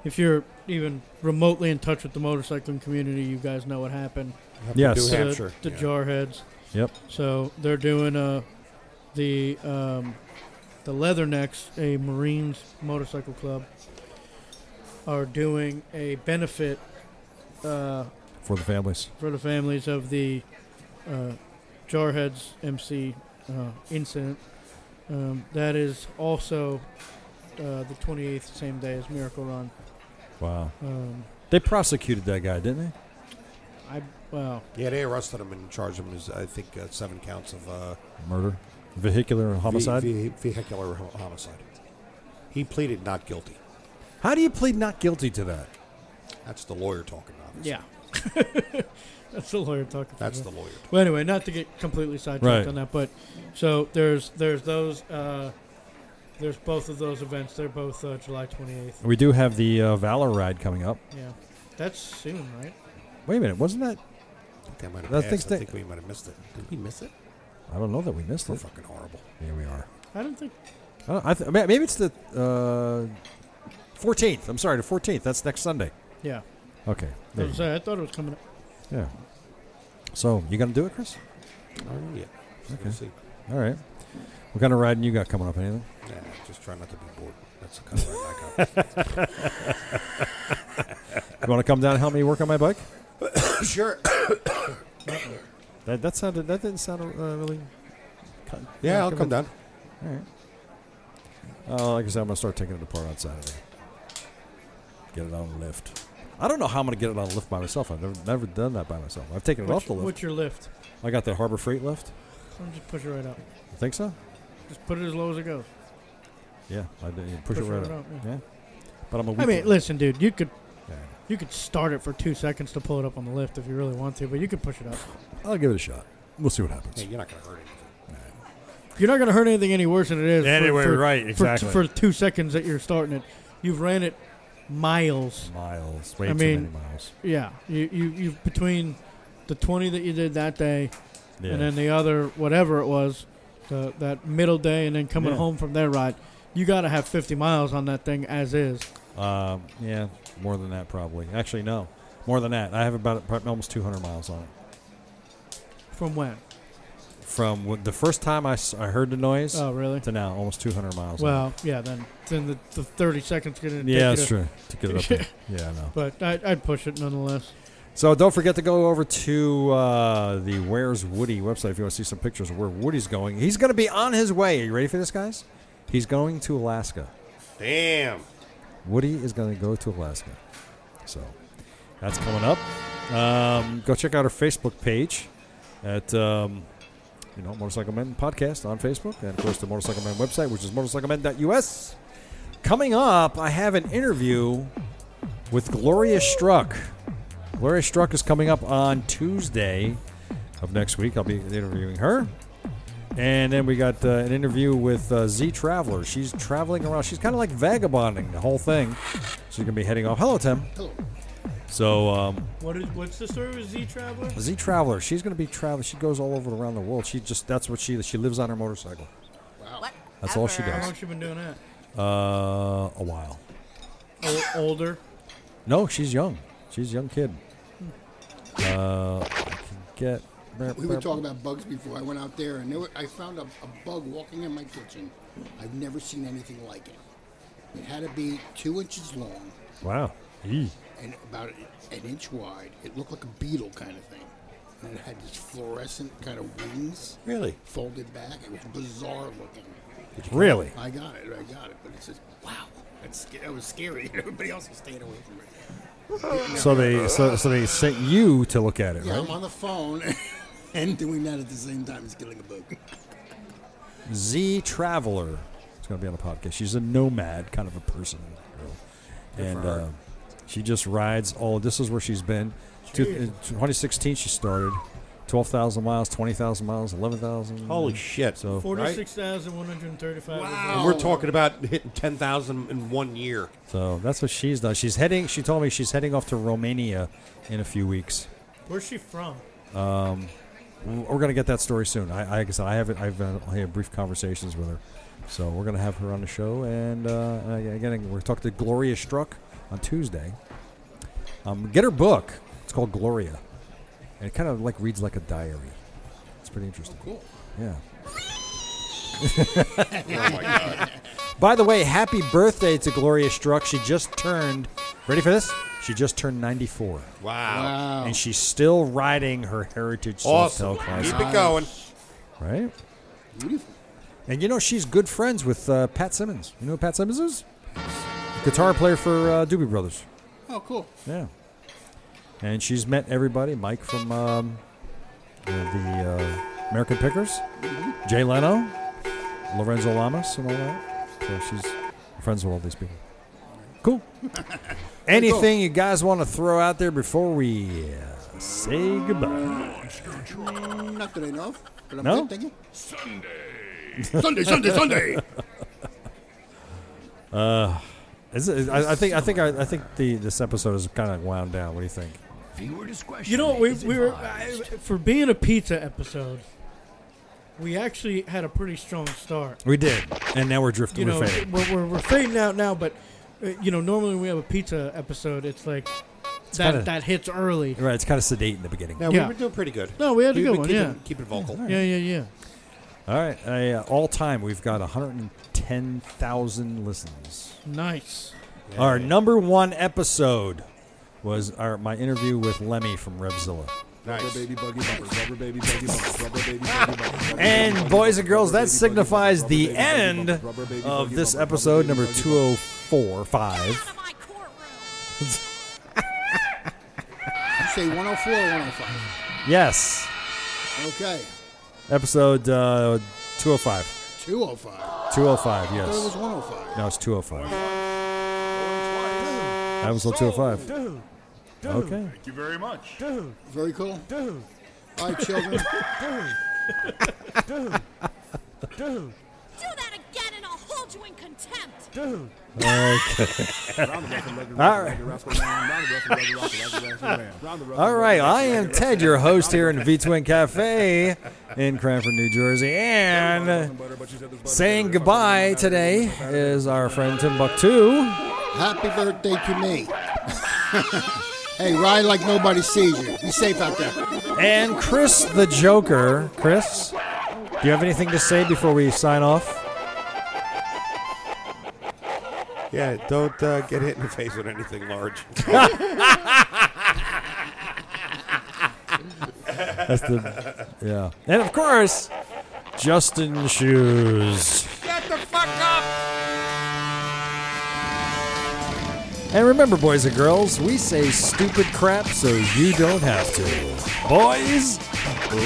[SPEAKER 3] if you're even remotely in touch with the motorcycling community, you guys know what happened.
[SPEAKER 2] Yes.
[SPEAKER 4] New
[SPEAKER 3] the-
[SPEAKER 4] Hampshire.
[SPEAKER 3] The,
[SPEAKER 4] Yeah.
[SPEAKER 3] jarheads.
[SPEAKER 2] Yep.
[SPEAKER 3] So they're doing uh, the um, the Leathernecks, a Marines motorcycle club, are doing a benefit uh,
[SPEAKER 2] For the families.
[SPEAKER 3] for the families of the uh, jarheads MC uh, incident. Um, that is also uh, the 28th, same day as Miracle Run.
[SPEAKER 2] Wow.
[SPEAKER 3] Um,
[SPEAKER 2] They prosecuted that guy, didn't
[SPEAKER 3] I well,
[SPEAKER 4] Yeah, they arrested him and charged him as I think uh, seven counts of uh,
[SPEAKER 2] they? Murder, vehicular homicide.
[SPEAKER 4] ve- ve- vehicular ho- homicide. He pleaded not guilty.
[SPEAKER 2] How do you plead not guilty to that?
[SPEAKER 4] That's the lawyer talking. Obviously.
[SPEAKER 3] yeah. That's the lawyer talking. to
[SPEAKER 4] that's
[SPEAKER 3] me.
[SPEAKER 4] the lawyer.
[SPEAKER 3] Well, anyway, not to get completely sidetracked
[SPEAKER 2] Right.
[SPEAKER 3] on that, but so there's there's those uh, there's both of those events. They're both uh, July 28th.
[SPEAKER 2] We do have the uh, Valor ride coming up.
[SPEAKER 3] Yeah, that's soon, right?
[SPEAKER 2] Wait a minute, wasn't that?
[SPEAKER 4] I think, I might have
[SPEAKER 2] That
[SPEAKER 4] passed.
[SPEAKER 2] thing's
[SPEAKER 4] I
[SPEAKER 2] thi-
[SPEAKER 4] think we might have missed it. Did we miss it?
[SPEAKER 2] I don't know that we missed
[SPEAKER 4] We're
[SPEAKER 2] it.
[SPEAKER 4] fucking horrible.
[SPEAKER 2] Here we are.
[SPEAKER 3] I don't think.
[SPEAKER 2] I don't, I th- ma- maybe it's the uh, fourteenth. I'm sorry, the fourteenth. That's next Sunday.
[SPEAKER 3] Yeah,
[SPEAKER 2] Okay.
[SPEAKER 3] I,
[SPEAKER 2] there you go.
[SPEAKER 3] was gonna say, I thought it was coming. up.
[SPEAKER 2] Yeah. So you gonna do it, Chris?
[SPEAKER 4] I don't know yet. So
[SPEAKER 2] Okay.
[SPEAKER 4] We'll see.
[SPEAKER 2] All right. What kind of riding you got coming up? Anything?
[SPEAKER 4] Nah, just try not to be bored. That's the kind of ride I got.
[SPEAKER 2] You want to come down and help me work on my bike?
[SPEAKER 4] sure.
[SPEAKER 2] That that sounded that didn't sound uh, really. con-
[SPEAKER 4] Yeah, I'll
[SPEAKER 2] convincing.
[SPEAKER 4] come down.
[SPEAKER 2] All right. Uh, like I said, I'm gonna start taking it apart on Saturday. Get it on lift. I don't know how I'm gonna get it on lift by myself. I've never, never done that by myself. I've taken it off
[SPEAKER 3] What's,
[SPEAKER 2] the lift.
[SPEAKER 3] what's your lift?
[SPEAKER 2] I got the Harbor Freight lift.
[SPEAKER 3] I'm just push it right up.
[SPEAKER 2] You think so?
[SPEAKER 3] Just put it as low as it goes.
[SPEAKER 2] Yeah, I did. yeah, Push, it right up.
[SPEAKER 3] yeah.
[SPEAKER 2] Yeah. But I'm a weak.
[SPEAKER 3] I mean,
[SPEAKER 2] link.
[SPEAKER 3] listen, dude, you could
[SPEAKER 2] Yeah.
[SPEAKER 3] you could start it for two seconds to pull it up on the lift if you really want to, but you could push it up.
[SPEAKER 2] I'll give it a shot. We'll see what happens.
[SPEAKER 4] Hey, you're not going to hurt anything.
[SPEAKER 3] You're not going to hurt anything any worse than it is. for-
[SPEAKER 2] Anyway,
[SPEAKER 3] for,
[SPEAKER 2] right,
[SPEAKER 3] for-
[SPEAKER 2] exactly.
[SPEAKER 3] For, two seconds that you're starting it, you've ran it miles.
[SPEAKER 2] Miles, way
[SPEAKER 3] I
[SPEAKER 2] too
[SPEAKER 3] mean,
[SPEAKER 2] many miles.
[SPEAKER 3] Yeah, you you you between the twenty that you did that day,
[SPEAKER 2] Yeah.
[SPEAKER 3] and then the other whatever it was, the, that middle day, and then coming
[SPEAKER 2] Yeah.
[SPEAKER 3] home from their ride, you got to have fifty miles on that thing as is.
[SPEAKER 2] Um, yeah, more than that probably. Actually, no, more than that. I have about about almost 200 miles on it
[SPEAKER 3] From when?
[SPEAKER 2] from w- the first time I, s- I heard the noise
[SPEAKER 3] Oh, really?
[SPEAKER 2] to now, almost 200 miles. on
[SPEAKER 3] Well, yeah. Then then the, the thirty seconds get
[SPEAKER 2] it.
[SPEAKER 3] in.
[SPEAKER 2] yeah, that's true. To get it up there. Yeah, I know.
[SPEAKER 3] But I, I'd push it nonetheless.
[SPEAKER 2] So don't forget to go over to uh, the Where's Woody website if you want to see some pictures of where Woody's going. He's going to be on his way. Are you ready for this, guys? He's going to Alaska.
[SPEAKER 4] Damn.
[SPEAKER 2] Woody is going to go to Alaska. So that's coming up. Um, go check out our Facebook page at um, you know Motorcycle Men Podcast on Facebook, and of course the Motorcycle Men website, which is motorcyclemen.us. Coming up, I have an interview with Gloria Struck. Gloria Struck is coming up on Tuesday of next week. I'll be interviewing her. And then we got uh, an interview with uh, Z Traveler. She's traveling around. She's kind of like vagabonding the whole thing. She's going to be heading off. Hello, Tim.
[SPEAKER 5] Hello.
[SPEAKER 2] So, um,
[SPEAKER 3] What is what's the story with Z Traveler?
[SPEAKER 2] Z Traveler, she's going to be traveling. She goes all over around the world. She just, that's what she, she lives on her motorcycle.
[SPEAKER 8] What?
[SPEAKER 2] That's all she
[SPEAKER 3] How long
[SPEAKER 2] does.
[SPEAKER 3] she been doing that?
[SPEAKER 2] Uh, a while.
[SPEAKER 3] O- older.
[SPEAKER 2] No, she's young. She's a young kid. Uh, I can get.
[SPEAKER 5] We were talking about bugs before. I went out there and there were, I found a, a bug walking in my kitchen. I've never seen anything like it. It had to be two inches long
[SPEAKER 2] Wow. Eee.
[SPEAKER 5] and about an inch wide. It looked like a beetle kind of thing. And it had these fluorescent kind of wings
[SPEAKER 4] Really?
[SPEAKER 5] folded back. It was bizarre looking.
[SPEAKER 2] Really?
[SPEAKER 5] I got it. I got it. But it's just, wow. That's, sc- that was scary. Everybody else was staying away from it.
[SPEAKER 2] So they so, so they sent you to look at it,
[SPEAKER 5] Yeah, I'm
[SPEAKER 2] right?
[SPEAKER 5] on the phone and doing that at the same time as killing a bug.
[SPEAKER 2] Z Traveler is going to be on the podcast. She's a nomad kind of a person, girl. and uh, she just rides all. This is where she's been. Two, in 2016, she started. Twelve thousand miles, twenty thousand miles, eleven thousand.
[SPEAKER 4] Holy shit.
[SPEAKER 2] So
[SPEAKER 3] Forty-six thousand one hundred thirty-five.
[SPEAKER 5] Wow.
[SPEAKER 4] We're talking about hitting 10,000 in one year.
[SPEAKER 2] so that's what she's done. She's heading. She told me she's heading off to Romania in a few weeks.
[SPEAKER 3] Where's she from?
[SPEAKER 2] We're gonna get that story soon. I, I like I said I haven't. I've uh, I had brief conversations with her, so we're gonna have her on the show. And uh, uh, yeah, again, we're talking to Gloria Struck on Tuesday. Um, get her book. It's called Gloria, and it kind of like reads like a diary. It's pretty
[SPEAKER 4] Oh,
[SPEAKER 2] interesting.
[SPEAKER 5] Cool.
[SPEAKER 2] Yeah. By the way, happy birthday to Gloria Struck. She just turned. Ready for this? She just turned 94,
[SPEAKER 4] Wow.
[SPEAKER 5] Wow.
[SPEAKER 2] and she's still riding her heritage
[SPEAKER 4] Awesome.
[SPEAKER 2] Softail classic.
[SPEAKER 4] Keep it going.
[SPEAKER 2] Right.
[SPEAKER 5] Beautiful.
[SPEAKER 2] And you know she's good friends with uh, Pat Simmons. You know who Pat Simmons is? Guitar player for uh, Doobie Brothers.
[SPEAKER 5] Oh, cool.
[SPEAKER 2] Yeah. And she's met everybody. Mike from um, uh, the uh, American Pickers, Jay Leno, Lorenzo Lamas, and all that. So she's friends with all these people. Cool. Anything you guys want to throw out there before we uh, say goodbye?
[SPEAKER 5] Not that I know of, but I'm
[SPEAKER 2] No?
[SPEAKER 5] good, thank you.
[SPEAKER 1] Sunday, Sunday, Sunday.
[SPEAKER 2] Is it, I, I think I think I, I think the this episode is kind of wound down. What do you think?
[SPEAKER 1] Viewer discretion.
[SPEAKER 3] You know, we, we were I, for being a pizza episode. We actually had a pretty strong start.
[SPEAKER 2] We did, and now we're drifting.
[SPEAKER 3] You know,
[SPEAKER 2] we're fading.
[SPEAKER 3] we're, we're, we're fading out now, but uh, you know, normally when we have a pizza episode, it's like that
[SPEAKER 2] kinda-
[SPEAKER 3] that hits early.
[SPEAKER 2] Right, it's kind of sedate in the beginning.
[SPEAKER 4] Now,
[SPEAKER 3] Yeah.
[SPEAKER 4] we were doing pretty good.
[SPEAKER 3] No, we had a
[SPEAKER 4] We've
[SPEAKER 3] good
[SPEAKER 4] been
[SPEAKER 3] one,
[SPEAKER 4] keeping,
[SPEAKER 3] yeah.
[SPEAKER 4] Keeping vocal.
[SPEAKER 3] Yeah, yeah, yeah.
[SPEAKER 2] All right, I, uh, all time we've got 110,000 listens.
[SPEAKER 3] Nice.
[SPEAKER 2] Our number one episode was our my interview with Lemmy from Revzilla.
[SPEAKER 1] Rubber baby buggy bumpers. Rubber baby buggy bumpers. Rubber baby buggy bumpers.
[SPEAKER 2] And boys and girls, that signifies the end of this episode number 204
[SPEAKER 8] Out
[SPEAKER 2] 5.
[SPEAKER 8] of my courtroom.
[SPEAKER 5] You say 104 or 105?
[SPEAKER 2] Yes,
[SPEAKER 5] Okay.
[SPEAKER 2] episode uh, 205.
[SPEAKER 5] 205. I
[SPEAKER 2] 205,
[SPEAKER 5] thought it was
[SPEAKER 2] yes.
[SPEAKER 5] 105.
[SPEAKER 2] No, it's 205. That was 205. Okay.
[SPEAKER 1] Thank you very much.
[SPEAKER 5] Very cool. All right, children.
[SPEAKER 8] Do that again and I'll hold you in contempt.
[SPEAKER 2] All right. All right, I am Ted, your host here in the V Twin Cafe in Cranford, New Jersey, and saying goodbye today is our friend Timbuktu.
[SPEAKER 5] Happy birthday to me. hey, ride like nobody sees you. Be safe out there.
[SPEAKER 2] And Chris the Joker. Chris, do you have anything to say before we sign off?
[SPEAKER 6] Yeah, don't uh, get hit in the face with anything large.
[SPEAKER 2] That's the yeah. And of course, Justin Shoes.
[SPEAKER 6] Shut the fuck up!
[SPEAKER 2] And remember, boys and girls, we say stupid crap so you don't have to. Boys,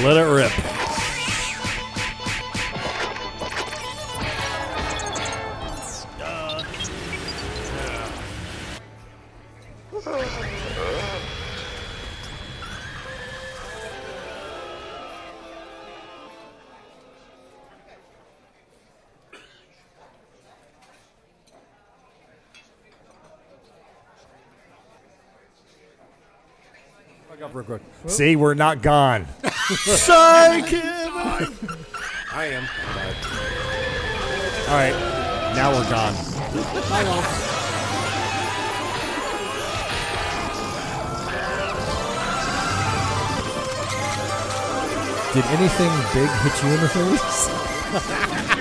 [SPEAKER 2] let it rip. See, we're not gone.
[SPEAKER 6] I am.
[SPEAKER 2] All right, now we're gone. Did anything big hit you in the face?